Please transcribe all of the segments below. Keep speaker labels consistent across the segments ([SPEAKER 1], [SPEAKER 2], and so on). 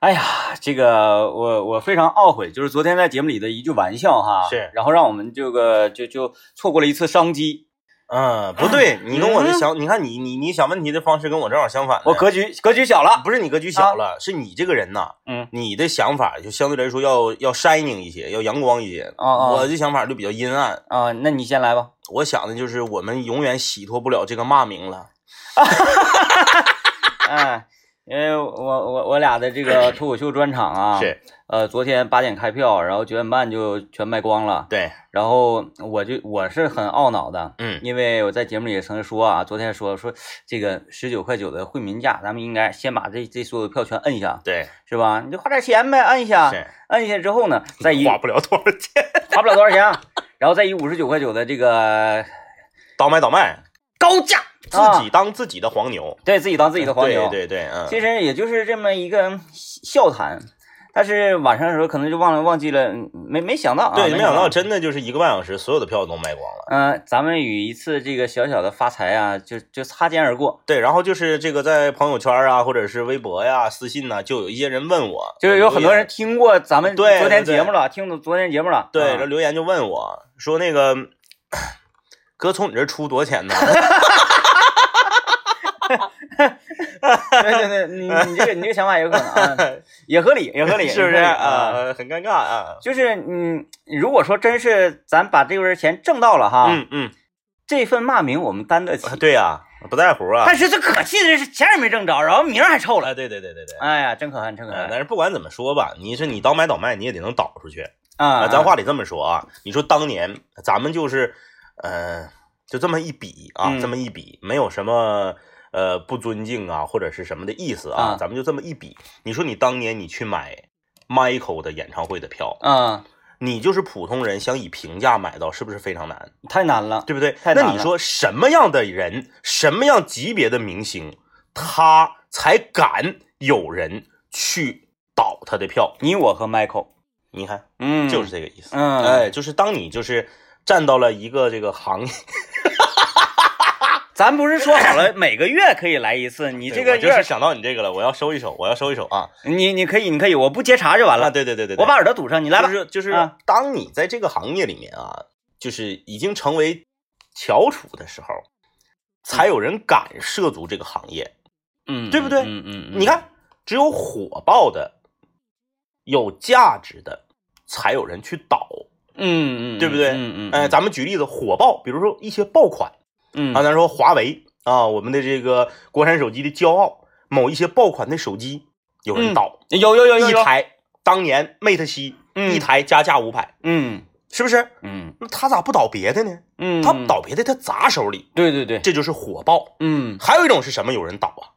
[SPEAKER 1] 哎呀，这个我我非常懊悔，就是昨天在节目里的一句玩笑哈，
[SPEAKER 2] 是
[SPEAKER 1] 然后让我们这个就就错过了一次商机。
[SPEAKER 2] 嗯，
[SPEAKER 1] 啊
[SPEAKER 2] 不对，你跟我的想，你看你你你想问题的方式跟我正好相反呢。
[SPEAKER 1] 我格局格局小了，
[SPEAKER 2] 不是你格局小了，是你这个人呐，
[SPEAKER 1] 嗯，
[SPEAKER 2] 你的想法就相对来说要要 shining 一些，要阳光一些。
[SPEAKER 1] 哦哦
[SPEAKER 2] 我的想法就比较阴暗，
[SPEAKER 1] 啊、那你先来吧。
[SPEAKER 2] 我想的就是我们永远洗脱不了这个骂名了。
[SPEAKER 1] 嗯，因为我我我俩的这个脱口秀专场啊，呃，昨天八点开票，然后九点半就全卖光了。
[SPEAKER 2] 对，
[SPEAKER 1] 然后我就我是很懊恼的，
[SPEAKER 2] 嗯，
[SPEAKER 1] 因为我在节目里也曾经说啊，昨天说说这个十九块九的惠民价，咱们应该先把这这所有的票全摁一下，
[SPEAKER 2] 对，
[SPEAKER 1] 是吧？你就花点钱呗，摁一下，
[SPEAKER 2] 是
[SPEAKER 1] 摁一下之后呢，啊再以
[SPEAKER 2] 花不了多少 钱，
[SPEAKER 1] 花不了多少钱啊，然后再以五十九块九的这个
[SPEAKER 2] 倒卖倒卖，
[SPEAKER 1] 高价
[SPEAKER 2] 自己
[SPEAKER 1] 啊
[SPEAKER 2] 当自己的黄牛，
[SPEAKER 1] 对自己当自己的黄牛，
[SPEAKER 2] 对对对，嗯，
[SPEAKER 1] 其实也就是这么一个笑谈，但是晚上的时候可能就忘了忘记了，嗯没没想到啊，
[SPEAKER 2] 对，没想
[SPEAKER 1] 想
[SPEAKER 2] 到真的就是一个半小时，所有的票都卖光了。
[SPEAKER 1] 嗯、咱们与一次这个小小的发财啊，就就擦肩而过。
[SPEAKER 2] 对，然后就是这个在朋友圈啊，或者是微博呀、私信呐、就有一些人问我，
[SPEAKER 1] 就是有很多人
[SPEAKER 2] 留言
[SPEAKER 1] 听过咱们
[SPEAKER 2] 对
[SPEAKER 1] 昨天
[SPEAKER 2] 对对
[SPEAKER 1] 节目了，听昨天节目了。
[SPEAKER 2] 对，
[SPEAKER 1] 啊
[SPEAKER 2] 然后留言就问我说那个哥从你这儿出多少钱呢？
[SPEAKER 1] 对对对，你你这个你这个想法有可能 啊，也合理，也合 理，
[SPEAKER 2] 是不是
[SPEAKER 1] 也合理啊？
[SPEAKER 2] 啊？很尴尬啊。
[SPEAKER 1] 就是嗯，如果说真是咱把这份钱挣到了哈，
[SPEAKER 2] 嗯嗯，
[SPEAKER 1] 这份骂名我们担得起。
[SPEAKER 2] 对呀、不在乎啊。
[SPEAKER 1] 但是最可气的是钱也没挣着，然后名儿还臭
[SPEAKER 2] 啊，
[SPEAKER 1] 了。
[SPEAKER 2] 对对对对对。
[SPEAKER 1] 哎呀，真可恨，真可
[SPEAKER 2] 嗯，
[SPEAKER 1] 恨
[SPEAKER 2] 但是不管怎么说吧，你是你倒买倒卖，你也得能倒出去。
[SPEAKER 1] 啊！
[SPEAKER 2] 啊，咱话里这么说啊，你说当年咱们就是，呃，就这么一比啊，
[SPEAKER 1] 嗯
[SPEAKER 2] 这么一比，没有什么呃不尊敬啊或者是什么的意思啊，
[SPEAKER 1] 啊
[SPEAKER 2] 咱们就这么一比。你说你当年你去买 Michael 的演唱会的票，
[SPEAKER 1] 啊，
[SPEAKER 2] 你就是普通人想以平价买到，是不是非常难？
[SPEAKER 1] 太难了。
[SPEAKER 2] 对不对？
[SPEAKER 1] 太难
[SPEAKER 2] 那
[SPEAKER 1] 了
[SPEAKER 2] 你说什么样的人，什么样级别的明星，他才敢有人去倒他的票？
[SPEAKER 1] 你我和 Michael，
[SPEAKER 2] 你看，
[SPEAKER 1] 嗯，
[SPEAKER 2] 就是这个意思。
[SPEAKER 1] 嗯，
[SPEAKER 2] 哎，就是当你就是站到了一个这个行业，
[SPEAKER 1] 咱不是说好了每个月可以来一次？你这个
[SPEAKER 2] 我
[SPEAKER 1] 有
[SPEAKER 2] 就
[SPEAKER 1] 点
[SPEAKER 2] 是想到你这个了，我要收一收，我要收一收啊！
[SPEAKER 1] 你你可以，你可以，我不接茬就完
[SPEAKER 2] 啊，
[SPEAKER 1] 了。
[SPEAKER 2] 对对对对，对
[SPEAKER 1] 我把耳朵堵上，你来吧
[SPEAKER 2] 就。是就是
[SPEAKER 1] 啊，
[SPEAKER 2] 当你在这个行业里面啊，就是已经成为翘楚的时候，才有人敢涉足这个行业。
[SPEAKER 1] 嗯
[SPEAKER 2] 对不对
[SPEAKER 1] 嗯嗯嗯，
[SPEAKER 2] 你看，只有火爆的、有价值的，才有人去倒。
[SPEAKER 1] 嗯，嗯嗯，
[SPEAKER 2] 对不对
[SPEAKER 1] 嗯嗯，
[SPEAKER 2] 哎，咱们举例子，火爆，比如说一些爆款。
[SPEAKER 1] 嗯
[SPEAKER 2] 啊，咱说华为啊，我们的这个国产手机的骄傲，某一些爆款的手机有
[SPEAKER 1] 嗯
[SPEAKER 2] 人倒，
[SPEAKER 1] 有有有有
[SPEAKER 2] 一
[SPEAKER 1] 有，
[SPEAKER 2] 台当年 Mate 七、
[SPEAKER 1] 哎嗯
[SPEAKER 2] 一台加价五百，
[SPEAKER 1] 嗯
[SPEAKER 2] 是不是？
[SPEAKER 1] 嗯
[SPEAKER 2] 那他咋不倒别的呢？
[SPEAKER 1] 嗯，
[SPEAKER 2] 他倒别的他砸手里，
[SPEAKER 1] 对对对，
[SPEAKER 2] 这就是火爆。
[SPEAKER 1] 嗯
[SPEAKER 2] 还有一种是什么？有人倒啊，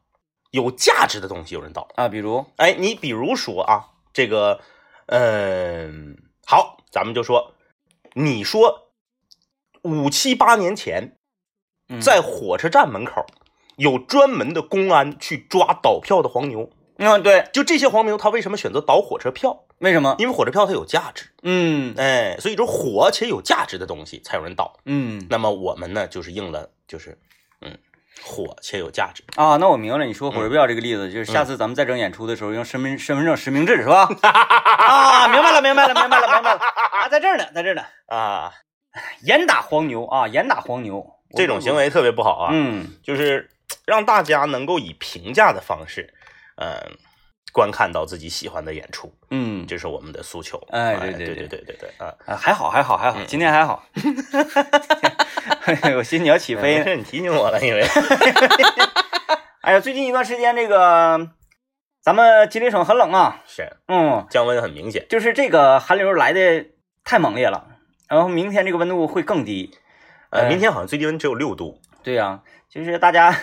[SPEAKER 2] 有价值的东西有人倒。
[SPEAKER 1] 啊，比如
[SPEAKER 2] 哎，你比如说啊，这个，嗯，好，咱们就说，你说五七八年前
[SPEAKER 1] 嗯
[SPEAKER 2] 在火车站门口有专门的公安去抓倒票的黄牛。
[SPEAKER 1] 嗯对，
[SPEAKER 2] 就这些黄牛，他为什么选择倒火车票？
[SPEAKER 1] 为什么？
[SPEAKER 2] 因为火车票它有价值，
[SPEAKER 1] 嗯
[SPEAKER 2] 哎，所以说火且有价值的东西才有人倒。
[SPEAKER 1] 嗯
[SPEAKER 2] 那么我们呢，就是应了，就是嗯，火且有价值。
[SPEAKER 1] 啊，那我明白了，你说火
[SPEAKER 2] 嗯
[SPEAKER 1] 车票这个例子，就是下次咱们再整演出的时候，用身份身份证实名制是 吧？啊，明白了，明白了，明白了，明白了啊，在这儿呢，在这儿呢，
[SPEAKER 2] 啊，
[SPEAKER 1] 严打黄牛啊，严打黄牛，
[SPEAKER 2] 这种行为特别不好啊，
[SPEAKER 1] 嗯
[SPEAKER 2] 就是让大家能够以平价的方式，嗯、观看到自己喜欢的演出，
[SPEAKER 1] 嗯，
[SPEAKER 2] 这是我们的诉求。
[SPEAKER 1] 哎对
[SPEAKER 2] 对
[SPEAKER 1] 对对
[SPEAKER 2] 对对对对啊！
[SPEAKER 1] 啊还好还好还好，
[SPEAKER 2] 嗯
[SPEAKER 1] 今天还好， 我寻思你要起飞
[SPEAKER 2] 没
[SPEAKER 1] 呢。
[SPEAKER 2] 事，你提醒我了，因为
[SPEAKER 1] 哎呀，最近一段时间这个，咱们吉林省很冷啊，
[SPEAKER 2] 是
[SPEAKER 1] 嗯，
[SPEAKER 2] 降温很明显。
[SPEAKER 1] 就是这个寒流来的太猛烈了，然后明天这个温度会更低。
[SPEAKER 2] 呃，
[SPEAKER 1] 哎
[SPEAKER 2] 明天好像最低温只有六度。
[SPEAKER 1] 对呀、就是大家，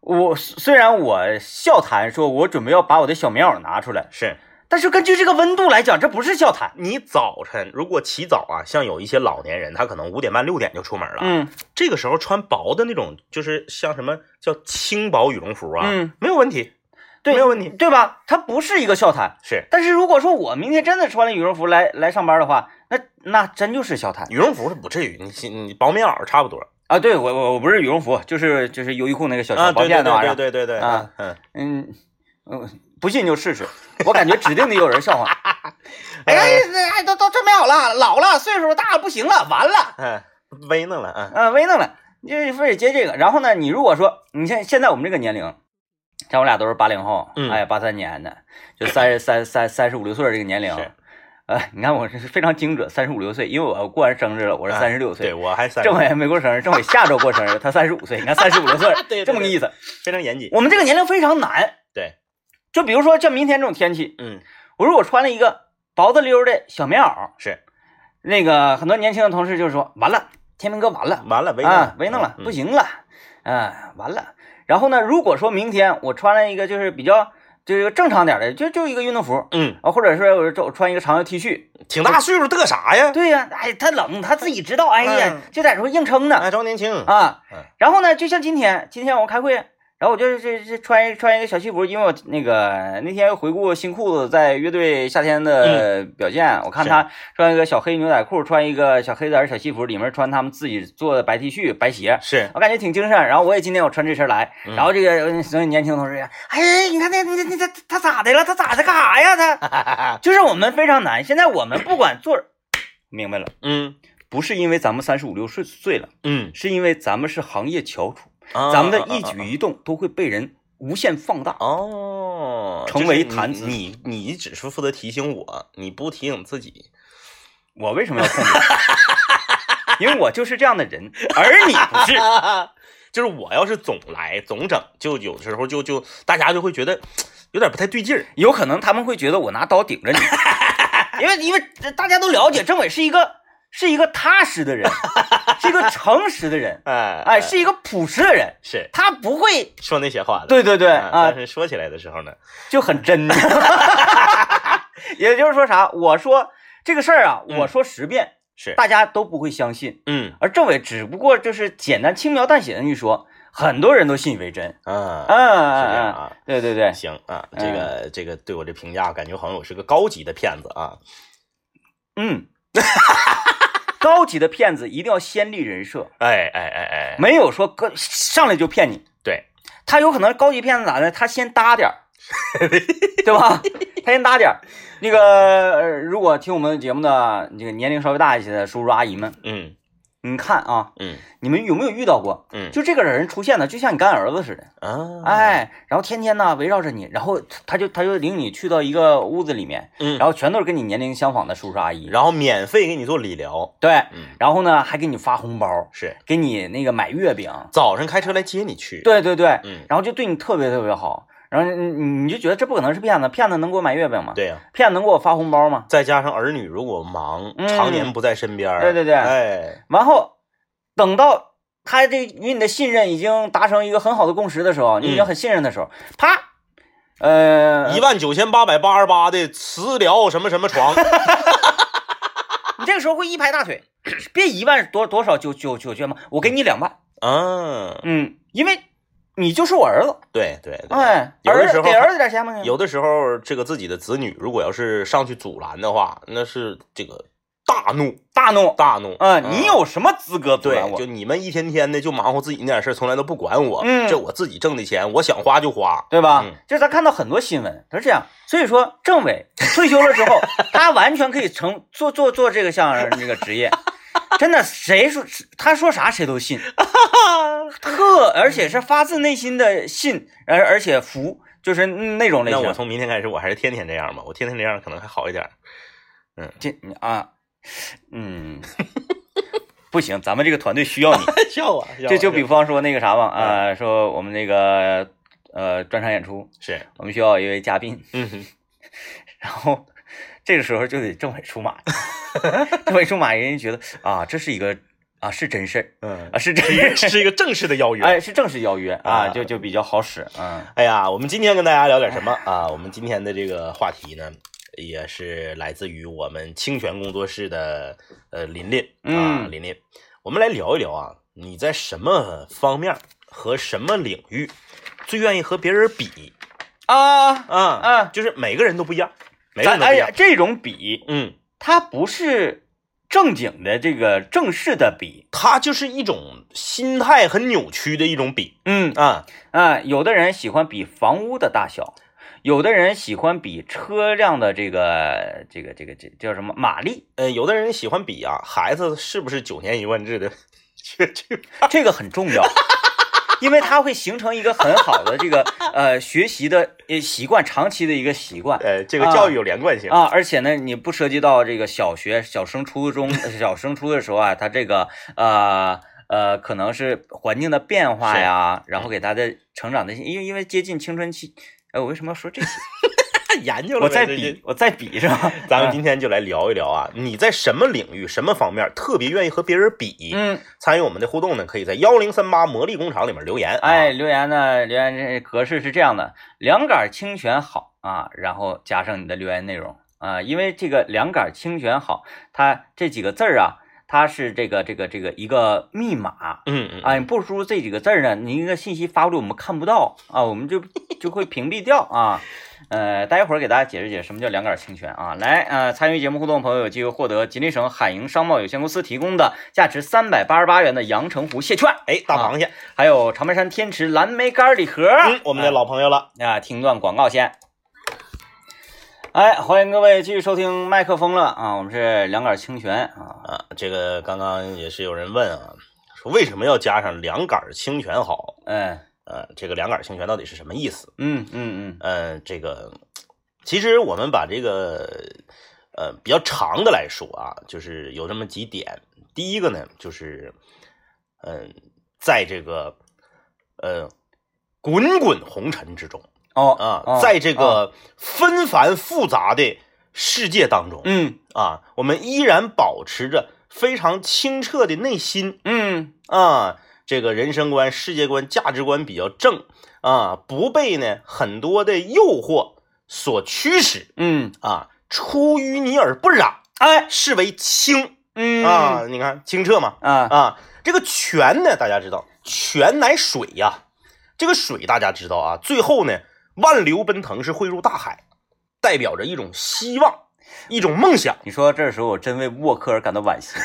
[SPEAKER 1] 我虽然我笑谈说我准备要把我的小棉袄拿出来，
[SPEAKER 2] 是
[SPEAKER 1] 但是根据这个温度来讲，这不是笑谈。
[SPEAKER 2] 你早晨如果起早啊，像有一些老年人，他可能五点半六点就出门了，
[SPEAKER 1] 嗯
[SPEAKER 2] 这个时候穿薄的那种，就是像什么叫轻薄羽绒服啊，
[SPEAKER 1] 嗯，
[SPEAKER 2] 没有问题，
[SPEAKER 1] 对，
[SPEAKER 2] 没有问题。
[SPEAKER 1] 对吧？它不是一个笑谈。
[SPEAKER 2] 是
[SPEAKER 1] 但是如果说我明天真的穿了羽绒服来来上班的话，那那真就是笑谈
[SPEAKER 2] 羽绒服是不至于，你你薄棉袄差不多
[SPEAKER 1] 啊！对我我我不是羽绒服，就是就是优衣库那个小小
[SPEAKER 2] 啊，
[SPEAKER 1] 薄
[SPEAKER 2] 对
[SPEAKER 1] 片
[SPEAKER 2] 对
[SPEAKER 1] 那玩意儿
[SPEAKER 2] 对对对对对
[SPEAKER 1] 啊，
[SPEAKER 2] 嗯，
[SPEAKER 1] 嗯，嗯，不信你就试试，我感觉指定得有人笑话。 哎哎，哎都都准备好了，老了，岁数大了，不行了，完了，
[SPEAKER 2] 嗯，危弄了啊，
[SPEAKER 1] 啊，危弄了，你这非得接这个。然后呢，你如果说你现现在我们这个年龄，像我俩都是八零后，
[SPEAKER 2] 嗯
[SPEAKER 1] 哎，八三年的，就三十三三三十五六岁这个年龄
[SPEAKER 2] 是，
[SPEAKER 1] 呃，你看我是非常精准，三十五六岁，因为我我过完生日了，我是
[SPEAKER 2] 啊
[SPEAKER 1] 三十六岁
[SPEAKER 2] 对，我还三十，
[SPEAKER 1] 政委没过生日，政委下周过生日，他三十五岁，你看三十五六 岁
[SPEAKER 2] 对对对
[SPEAKER 1] 这么个意思。
[SPEAKER 2] 非常严谨，
[SPEAKER 1] 我们这个年龄非常难，
[SPEAKER 2] 对，
[SPEAKER 1] 就比如说像明天这种天气，
[SPEAKER 2] 嗯，
[SPEAKER 1] 我如果穿了一个薄的溜儿的小棉袄，
[SPEAKER 2] 是，
[SPEAKER 1] 那个很多年轻的同事就说，完了，天明哥完了，
[SPEAKER 2] 完了，危弄
[SPEAKER 1] 啊，围弄了，
[SPEAKER 2] 嗯
[SPEAKER 1] 不行了，啊，完了。然后呢，如果说明天我穿了一个就是比较就是正常点儿的，就就一个运动服。
[SPEAKER 2] 嗯，
[SPEAKER 1] 啊，或者是我我穿一个长袖 T 恤，
[SPEAKER 2] 挺大岁数，嘚啥呀？
[SPEAKER 1] 对呀、哎，他冷，他自己知道，哎呀
[SPEAKER 2] 嗯，
[SPEAKER 1] 就在这块硬撑呢，
[SPEAKER 2] 哎，装年轻啊，
[SPEAKER 1] 啊
[SPEAKER 2] 嗯，
[SPEAKER 1] 然后呢，就像今天，今天我开会，然后我就是这这穿一穿一个小西服，因为我那个那天回顾新裤子在乐队夏天的表现，我看他穿一个小黑牛仔裤，穿一个小黑色儿小西服，里面穿他们自己做的白 T 恤、白鞋。
[SPEAKER 2] 是，
[SPEAKER 1] 我感觉挺精神，然后我也今天我穿这身来，
[SPEAKER 2] 嗯
[SPEAKER 1] 然后这个所有年轻同事呀，哎，你看那那那他他咋的了？他咋的干啥呀？他就是我们非常难。现在我们不管做，明白了，
[SPEAKER 2] 嗯
[SPEAKER 1] 不是因为咱们三十五六岁岁了，
[SPEAKER 2] 嗯，
[SPEAKER 1] 是因为咱们是行业翘楚，
[SPEAKER 2] 啊
[SPEAKER 1] 咱们的一举一动都会被人无限放大。
[SPEAKER 2] 哦，
[SPEAKER 1] 成
[SPEAKER 2] 就是
[SPEAKER 1] 为
[SPEAKER 2] 你
[SPEAKER 1] 谈资
[SPEAKER 2] 你你只是负责提醒我，你不提醒自 己。
[SPEAKER 1] 我为什么要控制？ 因为我就是这样的人，而你不是。
[SPEAKER 2] 就是我要是总来总整，就有时候就就大家就会觉得有点不太对劲儿。
[SPEAKER 1] 有可能他们会觉得我拿刀顶着你，因为因为大家都了解政委是一个是一个踏实的人，是一个诚实的人，
[SPEAKER 2] 哎
[SPEAKER 1] 哎，是一个朴实的人，
[SPEAKER 2] 是
[SPEAKER 1] 他不会。
[SPEAKER 2] 说那些话的。
[SPEAKER 1] 对对对
[SPEAKER 2] 哎
[SPEAKER 1] 啊
[SPEAKER 2] 但，是说起来的时候呢，
[SPEAKER 1] 就很真。 也就是说啥？我说这个事儿啊，我说十遍，
[SPEAKER 2] 是
[SPEAKER 1] 大家都不会相信。
[SPEAKER 2] 嗯
[SPEAKER 1] 而政委只不过就是简单轻描淡写的一说，很多人都信以为真。
[SPEAKER 2] 啊，
[SPEAKER 1] 嗯
[SPEAKER 2] 是这
[SPEAKER 1] 嗯
[SPEAKER 2] 样
[SPEAKER 1] 嗯，
[SPEAKER 2] 啊。
[SPEAKER 1] 对对对，
[SPEAKER 2] 行啊，这个这个对我这评价，感觉好像我是个高级的骗子啊。
[SPEAKER 1] 嗯，高级的骗子一定要先立人设，
[SPEAKER 2] 哎哎哎哎，
[SPEAKER 1] 没有说哥上来就骗你。
[SPEAKER 2] 对，
[SPEAKER 1] 他有可能高级骗子咋的？他先搭 点儿，对吧？他先搭点儿。那个，呃如果听我们节目的这个年龄稍微大一些的叔叔阿姨们，
[SPEAKER 2] 嗯
[SPEAKER 1] 你看啊，
[SPEAKER 2] 嗯
[SPEAKER 1] 你们有没有遇到过？
[SPEAKER 2] 嗯
[SPEAKER 1] 就这个人出现了，就像你干儿子似的，
[SPEAKER 2] 啊，
[SPEAKER 1] 哎，然后天天呢围绕着你，然后他就他就领你去到一个屋子里面，
[SPEAKER 2] 嗯，
[SPEAKER 1] 然后全都是跟你年龄相仿的叔叔阿姨，
[SPEAKER 2] 然后免费给你做理疗，
[SPEAKER 1] 对，
[SPEAKER 2] 嗯，
[SPEAKER 1] 然后呢还给你发红包，
[SPEAKER 2] 是
[SPEAKER 1] 给你那个买月饼，
[SPEAKER 2] 早上开车来接你去。，
[SPEAKER 1] 对对对，
[SPEAKER 2] 嗯，
[SPEAKER 1] 然后就对你特别特别好，然后你你你就觉得这不可能是骗子，骗子能给我买月饼吗？
[SPEAKER 2] 对呀，
[SPEAKER 1] 骗子能给我发红包吗？
[SPEAKER 2] 再加上儿女如果忙，
[SPEAKER 1] 嗯
[SPEAKER 2] 常年不在身边儿，
[SPEAKER 1] 对对对
[SPEAKER 2] 哎，
[SPEAKER 1] 然后等到他这与你的信任已经达成一个很好的共识的时候，你已
[SPEAKER 2] 嗯
[SPEAKER 1] 经很信任的时候，啪，呃，
[SPEAKER 2] 一万九千八百八十八的磁疗什么什么床，
[SPEAKER 1] 你这个时候会一拍大腿，别一万多多少九九九千吗？我给你两万，
[SPEAKER 2] 嗯，
[SPEAKER 1] 嗯，因为你就是我儿子，
[SPEAKER 2] 对对对，
[SPEAKER 1] 哎，
[SPEAKER 2] 有的
[SPEAKER 1] 儿
[SPEAKER 2] 时
[SPEAKER 1] 子
[SPEAKER 2] 候
[SPEAKER 1] 给
[SPEAKER 2] 他
[SPEAKER 1] 儿子点钱吗？
[SPEAKER 2] 有的时候这个自己的子女如果要是上去阻拦的话，那是这个大怒
[SPEAKER 1] 大怒，
[SPEAKER 2] 大怒，
[SPEAKER 1] 嗯、你有什么资格阻
[SPEAKER 2] 对
[SPEAKER 1] 拦，我
[SPEAKER 2] 就？你们一天天的就忙活自己那点事儿，从来都不管我，
[SPEAKER 1] 嗯
[SPEAKER 2] 这我自己挣的钱，我想花就花，
[SPEAKER 1] 对吧？
[SPEAKER 2] 嗯
[SPEAKER 1] 就是咱看到很多新闻，他是这样，所以说政委退休了之 后，他完全可以成做做做这个项这个职业，真的，谁说他说啥谁都 信，特而且是发自内心的信，而而且服，就是嗯那种类
[SPEAKER 2] 那我
[SPEAKER 1] 型。
[SPEAKER 2] 从明天开始，我还是天天这样吧，我天天这样可能还好一 点儿，
[SPEAKER 1] 这啊，嗯，不行，咱们这个团队需要你。
[SPEAKER 2] 笑啊，笑啊
[SPEAKER 1] 这就比方说那个啥吧，啊，说我们那个呃专场演出，
[SPEAKER 2] 是，
[SPEAKER 1] 我们需要一位嘉宾。
[SPEAKER 2] 嗯哼，
[SPEAKER 1] 然后这个时候就得政委出马， 政委出马，人家觉得啊，这是一个啊是真事儿
[SPEAKER 2] 嗯
[SPEAKER 1] 啊，，是真事儿，
[SPEAKER 2] 这 是一个正式的邀约，
[SPEAKER 1] 哎，是正式邀约啊，
[SPEAKER 2] 啊
[SPEAKER 1] 就就比较好使，嗯
[SPEAKER 2] 哎呀，我们今天跟大家聊点什么啊？我们今天的这个话题呢，也是来自于我们清泉工作室的呃琳琳啊，
[SPEAKER 1] 嗯
[SPEAKER 2] 琳琳，我们来聊一聊啊，你在什么方面和什么领域最愿意和别人比
[SPEAKER 1] 啊，
[SPEAKER 2] 啊？
[SPEAKER 1] 啊
[SPEAKER 2] 就是每个人都不一样，每个
[SPEAKER 1] 咱
[SPEAKER 2] 人都不
[SPEAKER 1] 哎
[SPEAKER 2] 一
[SPEAKER 1] 呀
[SPEAKER 2] 样，，
[SPEAKER 1] 这种比
[SPEAKER 2] 嗯，
[SPEAKER 1] 它不是正经的这个正式的比，
[SPEAKER 2] 他就是一种心态很扭曲的一种比
[SPEAKER 1] 嗯
[SPEAKER 2] 啊，
[SPEAKER 1] 啊，有的人喜欢比房屋的大小。有的人喜欢比车辆的这个这个这个这叫什么马力，
[SPEAKER 2] 呃，有的人喜欢比啊，孩子是不是九年一贯制的这这
[SPEAKER 1] 这个很重要， 因为它会形成一个很好的这个呃学习的呃习惯，长期的一个习惯。
[SPEAKER 2] 呃这个
[SPEAKER 1] 啊
[SPEAKER 2] 教育有连贯性。
[SPEAKER 1] 啊，而且呢，你不涉及到这个小学、小升初中、呃小升初的时候啊，他这个呃呃，可能是环境的变化呀，然后给他的成长的，因为因为接近青春期，哎，我为什么要说这 些？
[SPEAKER 2] 研究
[SPEAKER 1] 我
[SPEAKER 2] 呗
[SPEAKER 1] 再
[SPEAKER 2] 最近
[SPEAKER 1] 比，我再比是吧？
[SPEAKER 2] 咱们今天就来聊一聊啊，你在什么领域、什么方面特别愿意和别人比？
[SPEAKER 1] 嗯，
[SPEAKER 2] 参与我们的互动呢，可以在幺零三八魔力工厂里面留言、啊。
[SPEAKER 1] 哎，，留言呢，留言这格式是这样的：两杆清泉好啊，然后加上你的留言内容啊，因为这个两杆清泉好，它这几个字儿啊，它是这个这个这个一个密码，
[SPEAKER 2] 嗯嗯，
[SPEAKER 1] 啊，你不输这几个字儿呢，你那个信息发过来我们看不到啊，我们就就会屏蔽掉啊。呃，待会儿给大家解释解释什么叫两杆清泉啊。来，呃，参与节目互动的朋友有机会获得吉林省海盈商贸有限公司提供的价值三百八十八元的阳澄湖蟹券，
[SPEAKER 2] 哎，大螃蟹，
[SPEAKER 1] 还有长白山天池蓝莓干礼盒。
[SPEAKER 2] 嗯，我们的老朋友了。
[SPEAKER 1] 啊，听段广告先。哎，欢迎各位继续收听麦克风了啊，我们是两杆清泉啊。
[SPEAKER 2] 啊，这个刚刚也是有人问啊，说为什么要加上两杆儿清泉好？
[SPEAKER 1] 嗯
[SPEAKER 2] 呃，这个两杆儿清泉到底是什么意思？
[SPEAKER 1] 嗯嗯
[SPEAKER 2] 呃，这个其实我们把这个呃比较长的来说啊，就是有这么几点。第一个呢，就是嗯、在这个呃滚滚红尘之中
[SPEAKER 1] 嗯，哦
[SPEAKER 2] 啊
[SPEAKER 1] 哦，
[SPEAKER 2] 在这
[SPEAKER 1] 哦
[SPEAKER 2] 个纷繁复杂的世界当中
[SPEAKER 1] 嗯
[SPEAKER 2] 啊，我们依然保持着非常清澈的内心。
[SPEAKER 1] 嗯
[SPEAKER 2] 啊，这个人生观、世界观、价值观比较正啊，不被呢很多的诱惑所驱使
[SPEAKER 1] 嗯，
[SPEAKER 2] 啊，出淤泥而不染，
[SPEAKER 1] 哎，
[SPEAKER 2] 是为清
[SPEAKER 1] 嗯
[SPEAKER 2] 啊。你看清澈嘛
[SPEAKER 1] 啊，
[SPEAKER 2] 啊，这个泉呢，大家知道，泉乃水呀、这个水大家知道啊，最后呢万流奔腾是汇入大海，代表着一种希望，一种梦想。
[SPEAKER 1] 你说这时候我真为沃克尔感到惋 惜，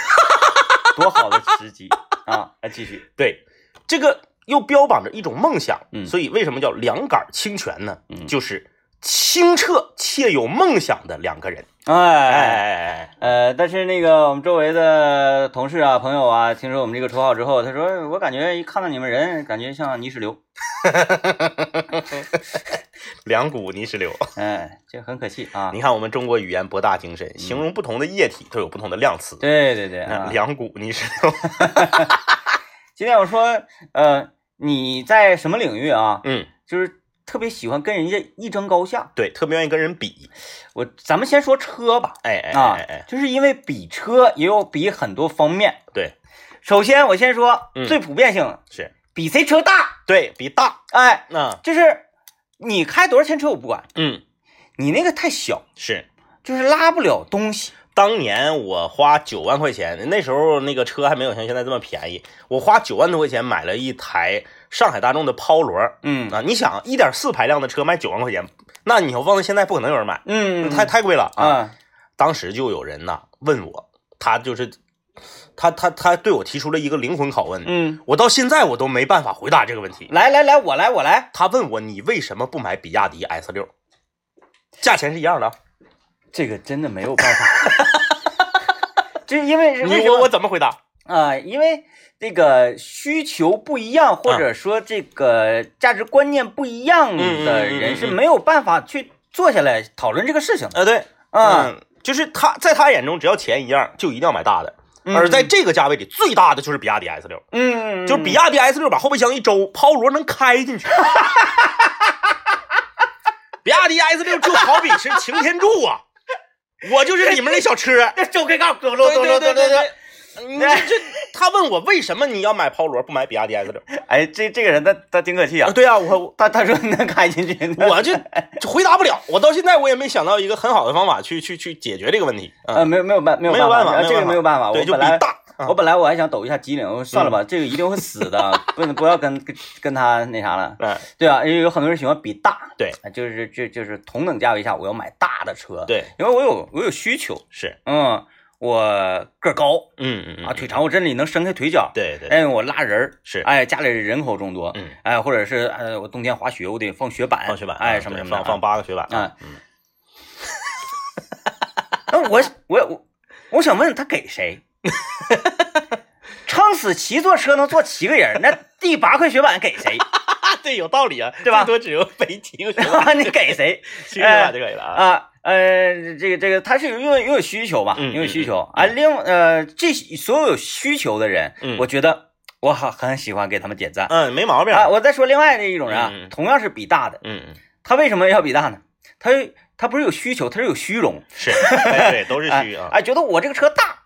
[SPEAKER 1] 多好的时机啊！来继续，
[SPEAKER 2] 对，这个又标榜着一种梦想，
[SPEAKER 1] 嗯
[SPEAKER 2] 所以为什么叫两杆清泉呢？
[SPEAKER 1] 嗯
[SPEAKER 2] 就是清澈且有梦想的两个人。
[SPEAKER 1] 哎。
[SPEAKER 2] 哎，
[SPEAKER 1] 呃，但是那个我们周围的同事啊、朋友啊，听说我们这个绰号之后，他说哎我感觉一看到你们人，感觉像泥石流，
[SPEAKER 2] 两股泥石流。
[SPEAKER 1] 哎，这很可惜啊
[SPEAKER 2] 啊你。看我们中国语言博大精深，形容不同的液体都有不同的量词。
[SPEAKER 1] 对对对
[SPEAKER 2] 嗯
[SPEAKER 1] 啊！
[SPEAKER 2] 两股泥石 流。
[SPEAKER 1] 今天我说，呃，你在什么领域啊？
[SPEAKER 2] 嗯，
[SPEAKER 1] 就是特别喜欢跟人家一争高下。
[SPEAKER 2] 对，特别愿意跟人比。
[SPEAKER 1] 我咱们先说车吧，
[SPEAKER 2] 哎哎
[SPEAKER 1] 啊
[SPEAKER 2] 哎哎，，
[SPEAKER 1] 就是因为比车也有比很多方面。
[SPEAKER 2] 对，
[SPEAKER 1] 首先我先说
[SPEAKER 2] 嗯
[SPEAKER 1] 最普遍性的，
[SPEAKER 2] 是
[SPEAKER 1] 比谁车大。
[SPEAKER 2] 对比大。啊
[SPEAKER 1] 哎，
[SPEAKER 2] 那
[SPEAKER 1] 就是你开多少钱车我不管，
[SPEAKER 2] 嗯
[SPEAKER 1] 你那个太小，
[SPEAKER 2] 是。
[SPEAKER 1] 就是拉不了东西。
[SPEAKER 2] 当年我花九万块钱，那时候那个车还没有像现在这么便宜。我花九万多块钱买了一台上海大众的抛罗，
[SPEAKER 1] 嗯
[SPEAKER 2] 啊，你想一点四排量的车卖九万块钱，那你要放到现在不可能有人买，
[SPEAKER 1] 嗯，
[SPEAKER 2] 太太贵了啊！
[SPEAKER 1] 啊，
[SPEAKER 2] 当时就有人呐问我，他就是他他他对我提出了一个灵魂拷问，
[SPEAKER 1] 嗯，
[SPEAKER 2] 我到现在我都没办法回答这个问题。
[SPEAKER 1] 来来来，我来我来，
[SPEAKER 2] 他问我你为什么不买比亚迪 S 六？价钱是一样的啊，
[SPEAKER 1] 这个真的没有办法。 就是因为是
[SPEAKER 2] 你
[SPEAKER 1] 哎为什
[SPEAKER 2] 我
[SPEAKER 1] 么
[SPEAKER 2] 我怎么回答？
[SPEAKER 1] 啊、因为这个需求不一样，
[SPEAKER 2] 啊
[SPEAKER 1] 或者说这个价值观念不一样的
[SPEAKER 2] 嗯嗯嗯嗯
[SPEAKER 1] 人
[SPEAKER 2] 嗯
[SPEAKER 1] 是没有办法去坐下来讨论这个事情的。
[SPEAKER 2] 呃，对，
[SPEAKER 1] 嗯，
[SPEAKER 2] 嗯，就是他在他眼中只要钱一样就一定要买大的，
[SPEAKER 1] 嗯
[SPEAKER 2] 而在这个价位里最大的就是比亚迪 S 六。
[SPEAKER 1] 嗯，
[SPEAKER 2] 就 比亚迪 S 六把后备箱一周，抛螺能开进去。 比亚迪 S 六就好比是擎天柱啊，我就是你们那小车。
[SPEAKER 1] 这周黑杠，走
[SPEAKER 2] 对
[SPEAKER 1] 走
[SPEAKER 2] 对
[SPEAKER 1] 走走
[SPEAKER 2] 对对
[SPEAKER 1] 走走。
[SPEAKER 2] 对，你这这，他问我为什么你要买抛螺不买比亚迪 S 六？
[SPEAKER 1] 哎，这这个人他他挺可气啊
[SPEAKER 2] 啊，，对啊，我
[SPEAKER 1] 他他说你能开进去，
[SPEAKER 2] 我啊这这回答不了，我到现在我也没想到一个很好的方法去去去解决这个问题。
[SPEAKER 1] 呃
[SPEAKER 2] 嗯，
[SPEAKER 1] 没有没有办没有
[SPEAKER 2] 没有
[SPEAKER 1] 办
[SPEAKER 2] 办法
[SPEAKER 1] 呃这个没
[SPEAKER 2] 没
[SPEAKER 1] 有
[SPEAKER 2] 有
[SPEAKER 1] 办法，我
[SPEAKER 2] 对，就
[SPEAKER 1] 本
[SPEAKER 2] 比
[SPEAKER 1] 来。
[SPEAKER 2] 大。啊
[SPEAKER 1] 我本来我还想抖一下机灵，我说算了吧，这个一定会死的，不能不要跟跟跟他那啥了。
[SPEAKER 2] 嗯，
[SPEAKER 1] 对啊，因为有很多人喜欢比大，
[SPEAKER 2] 对
[SPEAKER 1] 啊，就是就就是同等价位下，我要买大的车，，
[SPEAKER 2] 对，
[SPEAKER 1] 因为我有我有需求，
[SPEAKER 2] 是
[SPEAKER 1] 嗯，我个儿高
[SPEAKER 2] 嗯嗯嗯
[SPEAKER 1] 啊，腿长，我这里能伸开腿脚。
[SPEAKER 2] 对对，
[SPEAKER 1] 哎，我拉人儿
[SPEAKER 2] 是
[SPEAKER 1] 哎，家里人口众多，
[SPEAKER 2] 嗯
[SPEAKER 1] 哎，或者是呃，我冬天滑雪，我得放雪板，
[SPEAKER 2] 放雪板，
[SPEAKER 1] 哎，
[SPEAKER 2] 啊
[SPEAKER 1] 什么
[SPEAKER 2] 对
[SPEAKER 1] 什么的
[SPEAKER 2] 放放
[SPEAKER 1] 啊。
[SPEAKER 2] 八个雪板
[SPEAKER 1] 啊，
[SPEAKER 2] 嗯
[SPEAKER 1] 那我我我我想问他给 谁？撑死七座车能坐七个人，那第八块雪板给 谁？
[SPEAKER 2] 啊， 对，有道理啊，
[SPEAKER 1] 对吧
[SPEAKER 2] 最多只有北京雪 板，
[SPEAKER 1] 你给谁
[SPEAKER 2] 七个雪板就可以了啊。
[SPEAKER 1] 啊？呃，这个这个，他是有因为因为有需求嘛，
[SPEAKER 2] 嗯
[SPEAKER 1] 因为需求
[SPEAKER 2] 嗯
[SPEAKER 1] 啊。另呃，这所有有需求的人，
[SPEAKER 2] 嗯
[SPEAKER 1] 我觉得我很很喜欢给他们点赞
[SPEAKER 2] 嗯，没毛病
[SPEAKER 1] 啊。我再说另外的一种人啊
[SPEAKER 2] 嗯嗯，
[SPEAKER 1] 同样是比大的，
[SPEAKER 2] 嗯，嗯
[SPEAKER 1] 他为什么要比大呢？他他不是有需求，他是有虚荣，
[SPEAKER 2] 是， 哎对，都是
[SPEAKER 1] 哎
[SPEAKER 2] 虚啊。
[SPEAKER 1] 哎，觉得我这个车大，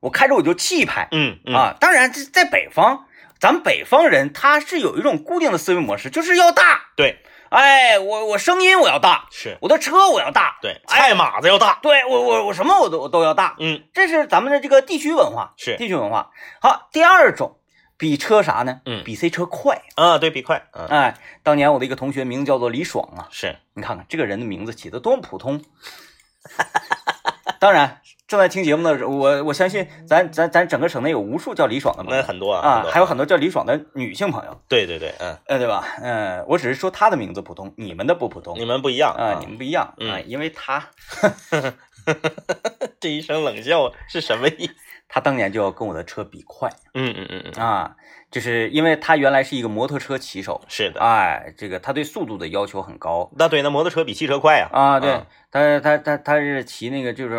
[SPEAKER 1] 我开着我就气派
[SPEAKER 2] 嗯嗯，
[SPEAKER 1] 啊。当然，这在北方，咱们北方人他是有一种固定的思维模式，就是要大。
[SPEAKER 2] 对，
[SPEAKER 1] 哎，我我声音我要大，
[SPEAKER 2] 是
[SPEAKER 1] 我的车我要大，
[SPEAKER 2] 对，
[SPEAKER 1] 哎
[SPEAKER 2] 菜码子要大。
[SPEAKER 1] 对我我我什么我都我都要大，
[SPEAKER 2] 嗯，
[SPEAKER 1] 这是咱们的这个地区文化，
[SPEAKER 2] 是
[SPEAKER 1] 地区文化。好，第二种比车啥呢？
[SPEAKER 2] 嗯
[SPEAKER 1] 比谁车快。
[SPEAKER 2] 啊，对比快，嗯，
[SPEAKER 1] 哎，当年我的一个同学名字叫做李爽啊，
[SPEAKER 2] 是
[SPEAKER 1] 你看看这个人的名字起的多么普通。 当然，正在听节目的我，我相信咱咱咱整个省内有无数叫李爽的朋
[SPEAKER 2] 那
[SPEAKER 1] 友
[SPEAKER 2] 很多
[SPEAKER 1] 啊，还
[SPEAKER 2] 有
[SPEAKER 1] 有很多叫李爽的女性朋友，
[SPEAKER 2] 对对对，嗯，
[SPEAKER 1] 呃，对吧？嗯、我只是说他的名字普通，你们的不普通
[SPEAKER 2] 你们不一样
[SPEAKER 1] 啊、你们不一样啊、
[SPEAKER 2] 嗯
[SPEAKER 1] 因为他
[SPEAKER 2] 这一声冷笑是什么意思？
[SPEAKER 1] 他当年就要跟我的车比快。
[SPEAKER 2] 嗯嗯嗯嗯，
[SPEAKER 1] 啊，就是因为他原来是一个摩托车骑手，
[SPEAKER 2] 是的。
[SPEAKER 1] 哎，这个他对速度的要求很高
[SPEAKER 2] 那对，那摩托车比汽车快呀。
[SPEAKER 1] 啊。对、
[SPEAKER 2] 嗯
[SPEAKER 1] 他，他他他是骑那个就是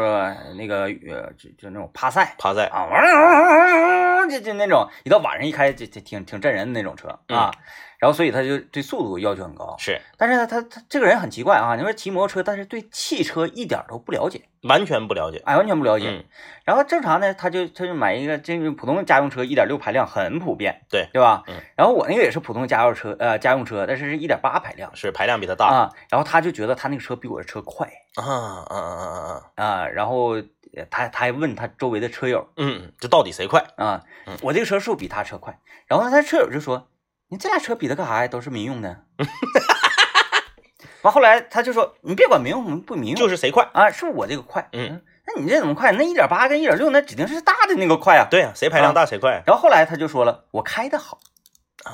[SPEAKER 1] 那个呃，就就那种趴赛
[SPEAKER 2] 趴赛，
[SPEAKER 1] 啊，汪就就那种，一到晚上一开就就挺挺震人的那种车啊。然后所以他就对速度要求很高，
[SPEAKER 2] 嗯是
[SPEAKER 1] 但是呢，他他这个人很奇怪啊，你说骑摩托车，但是对汽车一点儿都不了解，
[SPEAKER 2] 完全不了解。
[SPEAKER 1] 哎，完全不了解。
[SPEAKER 2] 嗯，
[SPEAKER 1] 然后正常呢，他就他就买一个这个普通的家用车，一点六排量很普遍，
[SPEAKER 2] 对
[SPEAKER 1] 对吧？
[SPEAKER 2] 嗯
[SPEAKER 1] 然后我那个也是普通家用车，呃，家用车，但是是一点八排量
[SPEAKER 2] 是排量比它大。
[SPEAKER 1] 啊。然后他就觉得他那个车比我的车快
[SPEAKER 2] 啊啊啊啊啊啊！
[SPEAKER 1] 啊，然后呃他他还问他周围的车友
[SPEAKER 2] 嗯，这到底谁快？
[SPEAKER 1] 啊
[SPEAKER 2] 嗯，
[SPEAKER 1] 我这个车是不是比他车快？然后他车友就说：“你这俩车比的干啥呀？都是民用 的。”完后来他就说：“你别管民用不民用，
[SPEAKER 2] 就是谁快。
[SPEAKER 1] 啊，是我这个快。
[SPEAKER 2] 嗯，
[SPEAKER 1] 那你这怎么快？那一点八跟一点六，那指定是大的那个快啊。”
[SPEAKER 2] 对呀，谁排量大谁快。
[SPEAKER 1] 然后后来他就说了，我开的好，
[SPEAKER 2] 啊，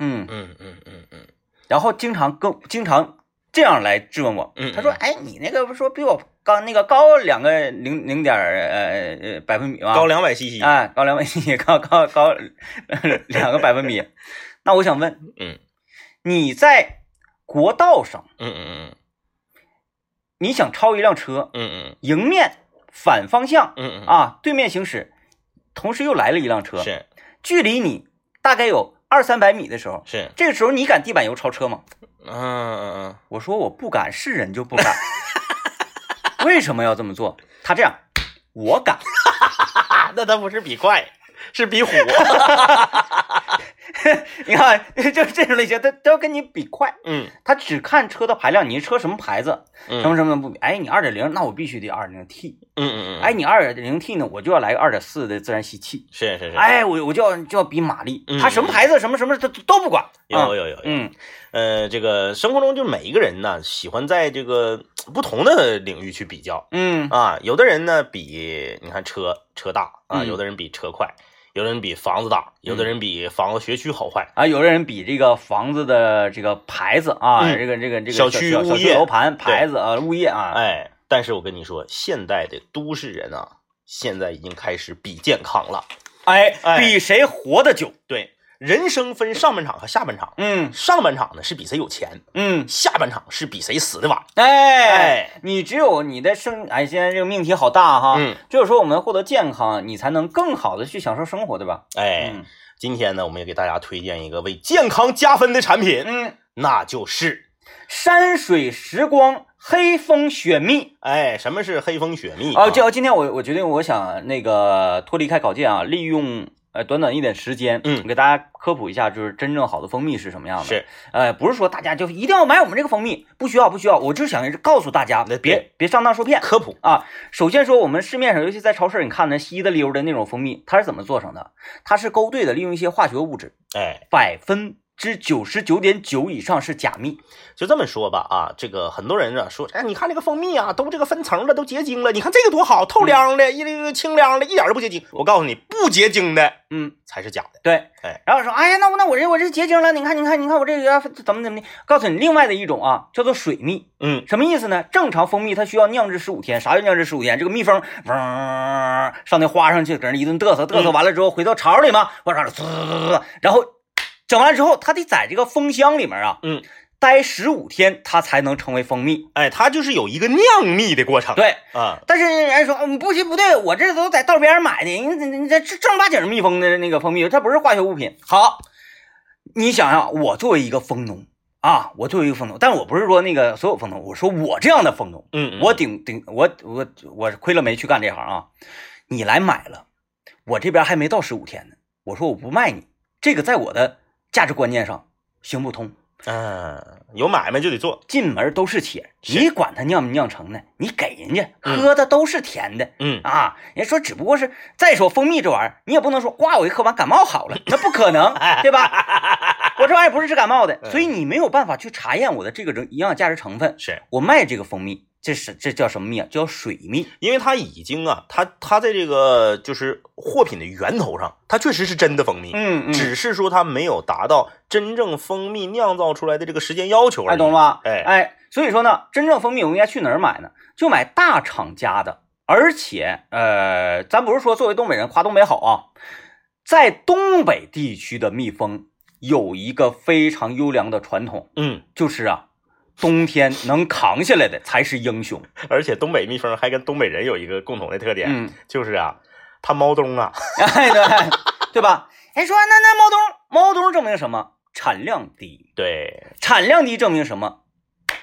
[SPEAKER 1] 嗯，
[SPEAKER 2] 嗯嗯嗯嗯，
[SPEAKER 1] 然后经常跟经常这样来质问我，
[SPEAKER 2] 嗯
[SPEAKER 1] 他说，
[SPEAKER 2] 嗯
[SPEAKER 1] 哎，你那个不是说比我高那个高两个零零点呃呃百分比吗？
[SPEAKER 2] 高两百 CC。
[SPEAKER 1] 啊，高两百米，高高高呃两个百分 比。那我想问，
[SPEAKER 2] 嗯
[SPEAKER 1] 你在国道上，
[SPEAKER 2] 嗯嗯嗯
[SPEAKER 1] 你想超一辆车，
[SPEAKER 2] 嗯
[SPEAKER 1] 迎面反方向
[SPEAKER 2] 嗯嗯嗯，
[SPEAKER 1] 啊，对面行驶，同时又来了一辆车，
[SPEAKER 2] 是
[SPEAKER 1] 距离你大概有二三百米的时候，
[SPEAKER 2] 是，
[SPEAKER 1] 这个时候你敢地板油超车吗？
[SPEAKER 2] 嗯
[SPEAKER 1] 啊
[SPEAKER 2] 嗯
[SPEAKER 1] 我说我不敢，是人就不敢。 为什么要这么做？他这样，我敢。
[SPEAKER 2] 嗯，那他不是比快，是比 虎。
[SPEAKER 1] 你看， 就这种类型，他他要跟你比快，
[SPEAKER 2] 嗯
[SPEAKER 1] 他只看车的排量，你车什么牌子，
[SPEAKER 2] 嗯
[SPEAKER 1] 什么什么不比。哎，你二点零，那我必须得二点零 T。
[SPEAKER 2] 嗯嗯，
[SPEAKER 1] 哎，，你二点零 T 呢，我就要来个二点四的自然吸气。
[SPEAKER 2] 是是是，
[SPEAKER 1] 哎，我我就要就要比马力
[SPEAKER 2] 嗯，
[SPEAKER 1] 他什么牌子，什么什么，他都不管。
[SPEAKER 2] 有
[SPEAKER 1] 嗯
[SPEAKER 2] 有有有，
[SPEAKER 1] 嗯，
[SPEAKER 2] 呃，这个生活中就每一个人呢，喜欢在这个呃不同的领域去比较
[SPEAKER 1] 嗯
[SPEAKER 2] 啊。有的人呢比你看车车大啊，
[SPEAKER 1] 嗯
[SPEAKER 2] 有的人比车快，有的人比房子大，有的人比房子学区好坏。
[SPEAKER 1] 啊，有的人比这个房子的这个牌子啊，
[SPEAKER 2] 嗯
[SPEAKER 1] 这个这个这个
[SPEAKER 2] 小区
[SPEAKER 1] 小
[SPEAKER 2] 物
[SPEAKER 1] 区
[SPEAKER 2] 业
[SPEAKER 1] 楼盘牌子啊，物业啊，
[SPEAKER 2] 哎，但是我跟你说，现代的都市人啊，现在已经开始比健康了。
[SPEAKER 1] 哎，
[SPEAKER 2] 哎
[SPEAKER 1] 比谁活得久。
[SPEAKER 2] 对，人生分上半场和下半场，
[SPEAKER 1] 嗯
[SPEAKER 2] 上半场呢是比谁有钱，
[SPEAKER 1] 嗯，
[SPEAKER 2] 下半场是比谁死的晚。
[SPEAKER 1] 哎
[SPEAKER 2] 哎，
[SPEAKER 1] 你只有你的生，哎，现在这个命题好大哈。
[SPEAKER 2] 嗯，
[SPEAKER 1] 只有说我们获得健康，你才能更好的去享受生活，对吧？
[SPEAKER 2] 哎，
[SPEAKER 1] 嗯
[SPEAKER 2] 今天呢，我们也给大家推荐一个为健康加分的产品，
[SPEAKER 1] 嗯，
[SPEAKER 2] 那就是。
[SPEAKER 1] 山水时光，黑蜂雪蜜
[SPEAKER 2] 哎，什么是黑蜂雪蜜
[SPEAKER 1] 啊！就今天我我决定，我想那个脱离开稿件啊，利用呃短短一点时间，
[SPEAKER 2] 嗯
[SPEAKER 1] 给大家科普一下，就是真正好的蜂蜜是什么样的。
[SPEAKER 2] 是，
[SPEAKER 1] 呃，不是说大家就一定要买我们这个蜂蜜，不需要不需要，我就想告诉大家
[SPEAKER 2] 那，
[SPEAKER 1] 别
[SPEAKER 2] 对
[SPEAKER 1] 别上当受骗。
[SPEAKER 2] 科普，
[SPEAKER 1] 啊，首先说我们市面上，尤其在超市，你看那稀的溜的那种蜂蜜，它是怎么做成的？它是勾兑的，利用一些化学物质，
[SPEAKER 2] 哎，
[SPEAKER 1] 百分之九十九点九以上是假蜜。
[SPEAKER 2] 就这么说吧啊，这个很多人啊说，哎，你看这个蜂蜜啊，都这个分层了，都结晶了，你看这个多好，透亮的，一、这个清亮的，一点都不结晶。我告诉你，不结晶的
[SPEAKER 1] 嗯，
[SPEAKER 2] 才是假的。
[SPEAKER 1] 对。
[SPEAKER 2] 哎，
[SPEAKER 1] 然后说，哎呀，那我那我这我这结晶了，你看你看你看我这个怎么怎么的？告诉你，另外的一种啊，叫做水蜜，
[SPEAKER 2] 嗯，
[SPEAKER 1] 什么意思呢？正常蜂蜜它需要酿制十五天，啥叫酿制十五天？这个蜜蜂嗡上那花上去，搁那一顿嘚瑟，嘚瑟完了之后回到巢里嘛，往上滋，然后整完之后，它得在这个蜂箱里面啊，
[SPEAKER 2] 嗯，
[SPEAKER 1] 待十五天，它才能成为蜂蜜。
[SPEAKER 2] 哎，它就是有一个酿蜜的过程。
[SPEAKER 1] 对，
[SPEAKER 2] 啊，
[SPEAKER 1] 但是人家说，嗯，不行不对，我这都在道边儿买的，你你你这正儿八经儿蜜蜂的那个蜂蜜，它不是化学物品。好，你想想，我作为一个蜂农啊，我作为一个蜂农，但我不是说那个所有蜂农，我说我这样的蜂农，
[SPEAKER 2] 嗯，嗯
[SPEAKER 1] 我顶顶我我我亏了没去干这行啊，你来买了，我这边还没到十五天呢，我说我不卖你，这个在我的价值观念上行不通。
[SPEAKER 2] 嗯，有买卖就得做。
[SPEAKER 1] 进门都是铁，
[SPEAKER 2] 是
[SPEAKER 1] 你管它酿没酿成呢？你给人家喝的都是甜的，
[SPEAKER 2] 嗯，
[SPEAKER 1] 啊，人家说只不过是再说蜂蜜这玩意儿，你也不能说哇，我一喝完感冒好了，那不可能，对吧？我这玩意儿不是治感冒的，所以你没有办法去查验我的这个营养价值成分。
[SPEAKER 2] 是
[SPEAKER 1] 我卖这个蜂蜜，这是这叫什么蜜啊？叫水蜜。
[SPEAKER 2] 因为它已经啊，它它在这个就是货品的源头上，它确实是真的蜂蜜，
[SPEAKER 1] 嗯嗯，
[SPEAKER 2] 只是说它没有达到真正蜂蜜酿造出来的这个时间要求而已。
[SPEAKER 1] 哎，懂了吧？
[SPEAKER 2] 哎
[SPEAKER 1] 哎，所以说呢，真正蜂蜜我们应该去哪儿买呢？就买大厂家的，而且呃，咱不是说作为东北人夸东北好啊，在东北地区的蜜蜂有一个非常优良的传统。
[SPEAKER 2] 嗯，
[SPEAKER 1] 就是啊，冬天能扛下来的才是英雄。
[SPEAKER 2] 而且东北蜜蜂还跟东北人有一个共同的特点，
[SPEAKER 1] 嗯，
[SPEAKER 2] 就是啊，它猫冬啊，
[SPEAKER 1] 哎对， 对吧？哎，说那那猫冬，猫冬证明什么？产量低，
[SPEAKER 2] 对，
[SPEAKER 1] 产量低证明什么？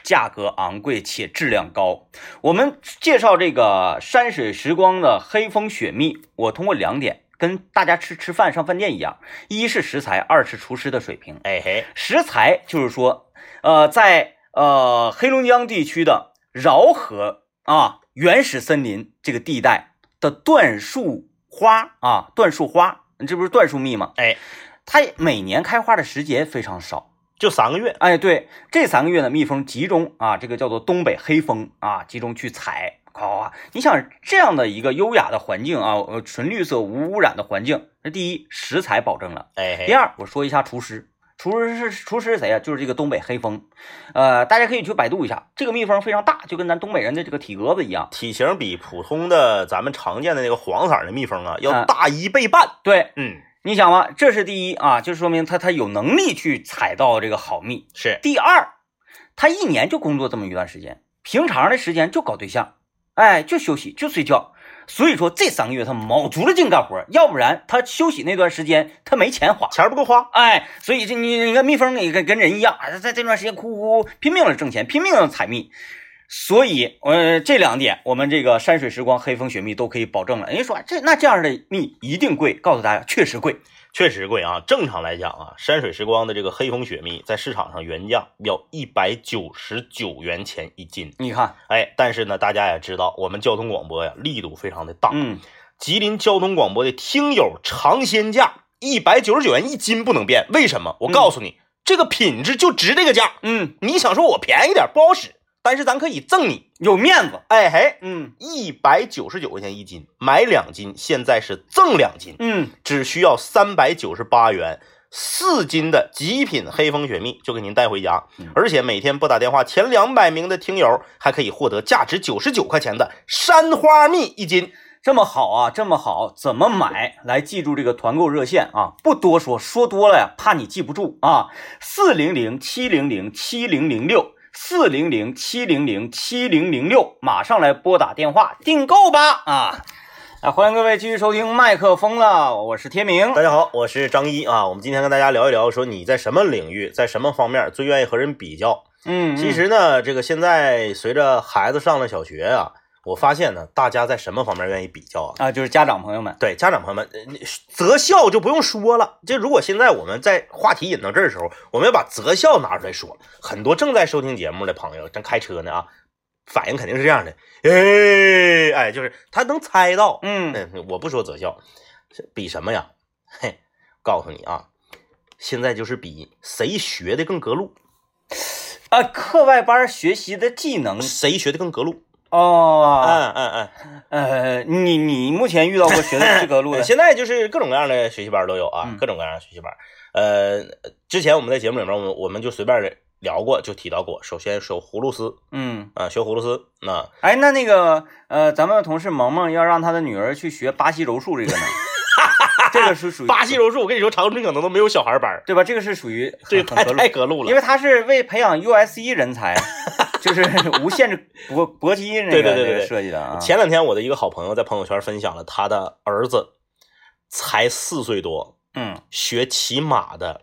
[SPEAKER 1] 价格昂贵且质量高。我们介绍这个山水时光的黑蜂雪蜜，我通过两点跟大家吃吃饭上饭店一样，一是食材，二是厨师的水平。
[SPEAKER 2] 哎嘿，
[SPEAKER 1] 食材就是说，呃，在呃黑龙江地区的饶河啊原始森林这个地带的椴树花啊，椴树花，这不是椴树蜜吗？
[SPEAKER 2] 哎，
[SPEAKER 1] 它每年开花的时节非常少。
[SPEAKER 2] 就三个月，
[SPEAKER 1] 哎，对，这三个月呢，蜜蜂集中啊，这个叫做东北黑蜂啊，集中去采。啊，你想这样的一个优雅的环境啊，呃，纯绿色无污染的环境，那第一食材保证了。
[SPEAKER 2] 哎
[SPEAKER 1] 第
[SPEAKER 2] 嘿，
[SPEAKER 1] 二，我说一下厨师，厨师是厨师是谁呀、啊就是这个东北黑蜂，呃，大家可以去百度一下，这个蜜蜂非常大，就跟咱东北人的这个体格子一样。
[SPEAKER 2] 体型比普通的咱们常见的那个黄色儿的蜜蜂啊
[SPEAKER 1] 啊
[SPEAKER 2] 要大一倍半，
[SPEAKER 1] 对，
[SPEAKER 2] 嗯，
[SPEAKER 1] 你想吧，这是第一啊，就说明它它有能力去采到这个好蜜。
[SPEAKER 2] 是，
[SPEAKER 1] 第二，它一年就工作这么一段时间，平常的时间就搞对象，哎，就休息就睡觉。所以说这三个月他卯足了劲干活，要不然他休息那段时间他没钱花。
[SPEAKER 2] 钱儿不够花，
[SPEAKER 1] 哎，所以这你你看蜜蜂也跟跟人一样，啊，在这段时间哭哭哭拼命的挣钱，拼命的采蜜。所以，呃，这两点我们这个山水时光、黑蜂雪蜜都可以保证了。人家说这那这样的蜜一定贵，告诉大家确实贵。
[SPEAKER 2] 确实贵啊。正常来讲啊，山水时光的这个黑蜂雪蜜在市场上原价要一百九十九元钱一斤，
[SPEAKER 1] 你看，
[SPEAKER 2] 哎，但是呢，大家也知道我们交通广播呀力度非常的大，
[SPEAKER 1] 嗯，
[SPEAKER 2] 吉林交通广播的听友尝鲜价一百九十九元一斤不能变，为什么？我告诉你，这个品质就值这个价。
[SPEAKER 1] 嗯，
[SPEAKER 2] 你想说我便宜点不好使，但是咱可以赠你，
[SPEAKER 1] 有面子，
[SPEAKER 2] 哎嘿，
[SPEAKER 1] 嗯
[SPEAKER 2] 一百九十九块钱一斤，买两斤，现在是赠两斤，
[SPEAKER 1] 嗯，
[SPEAKER 2] 只需要三百九十八元。四斤的极品黑蜂雪蜜就给您带回家
[SPEAKER 1] 嗯，
[SPEAKER 2] 而且每天拨打电话前两百名的听友还可以获得价值九十九块钱的山花蜜一斤。
[SPEAKER 1] 这么好啊，这么好，怎么买？来记住这个团购热线啊，不多说，说多了呀，怕你记不住啊。四零零七零零七零零六，四零零七零零七零零六，马上来拨打电话订购吧啊！啊，欢迎各位继续收听麦克风了，我是天明。
[SPEAKER 2] 大家好，我是张一啊。我们今天跟大家聊一聊，说你在什么领域，在什么方面最愿意和人比较？
[SPEAKER 1] 嗯，
[SPEAKER 2] 其实呢，这个现在随着孩子上了小学啊，我发现呢，大家在什么方面愿意比较啊？
[SPEAKER 1] 啊，就是家长朋友们，
[SPEAKER 2] 对家长朋友们，呃你择校就不用说了。这如果现在我们在话题引到这儿的时候，我们要把择校拿出来说，很多正在收听节目的朋友正开车呢啊，反应肯定是这样的，哎哎，就是他能猜到，
[SPEAKER 1] 嗯
[SPEAKER 2] 嗯，我不说择校，比什么呀？嘿，告诉你啊，现在就是比谁学的更革路，
[SPEAKER 1] 啊，课外班学习的技能
[SPEAKER 2] 谁学的更革路。
[SPEAKER 1] 哦，
[SPEAKER 2] 嗯嗯嗯，哎
[SPEAKER 1] 呃，你你目前遇到过学 的这个路的
[SPEAKER 2] 呃现在就是各种各样的学习班都有啊，
[SPEAKER 1] 嗯
[SPEAKER 2] 各种各样的学习班。呃，之前我们在节目里面，我们我们就随便聊过，就提到过。首先说葫芦丝
[SPEAKER 1] 嗯，
[SPEAKER 2] 啊、学葫芦丝啊，
[SPEAKER 1] 哎，那那个呃，咱们同事萌萌要让她的女儿去学巴西柔术这个 呢，这个是属于
[SPEAKER 2] 巴西柔术，我跟你说，长春可能都没有小孩班儿，
[SPEAKER 1] 对吧？这个是属于
[SPEAKER 2] 这
[SPEAKER 1] 很
[SPEAKER 2] 太
[SPEAKER 1] 很合
[SPEAKER 2] 太
[SPEAKER 1] 路，
[SPEAKER 2] 革路
[SPEAKER 1] 因
[SPEAKER 2] 了。
[SPEAKER 1] 为他是为培养 USE 人 才，就是无限制搏搏击那个
[SPEAKER 2] 对对对对
[SPEAKER 1] 那个
[SPEAKER 2] 对
[SPEAKER 1] 设计的啊。
[SPEAKER 2] 前两天我的一个好朋友在朋友圈分享了他的儿子才四岁多
[SPEAKER 1] 嗯，
[SPEAKER 2] 学骑马的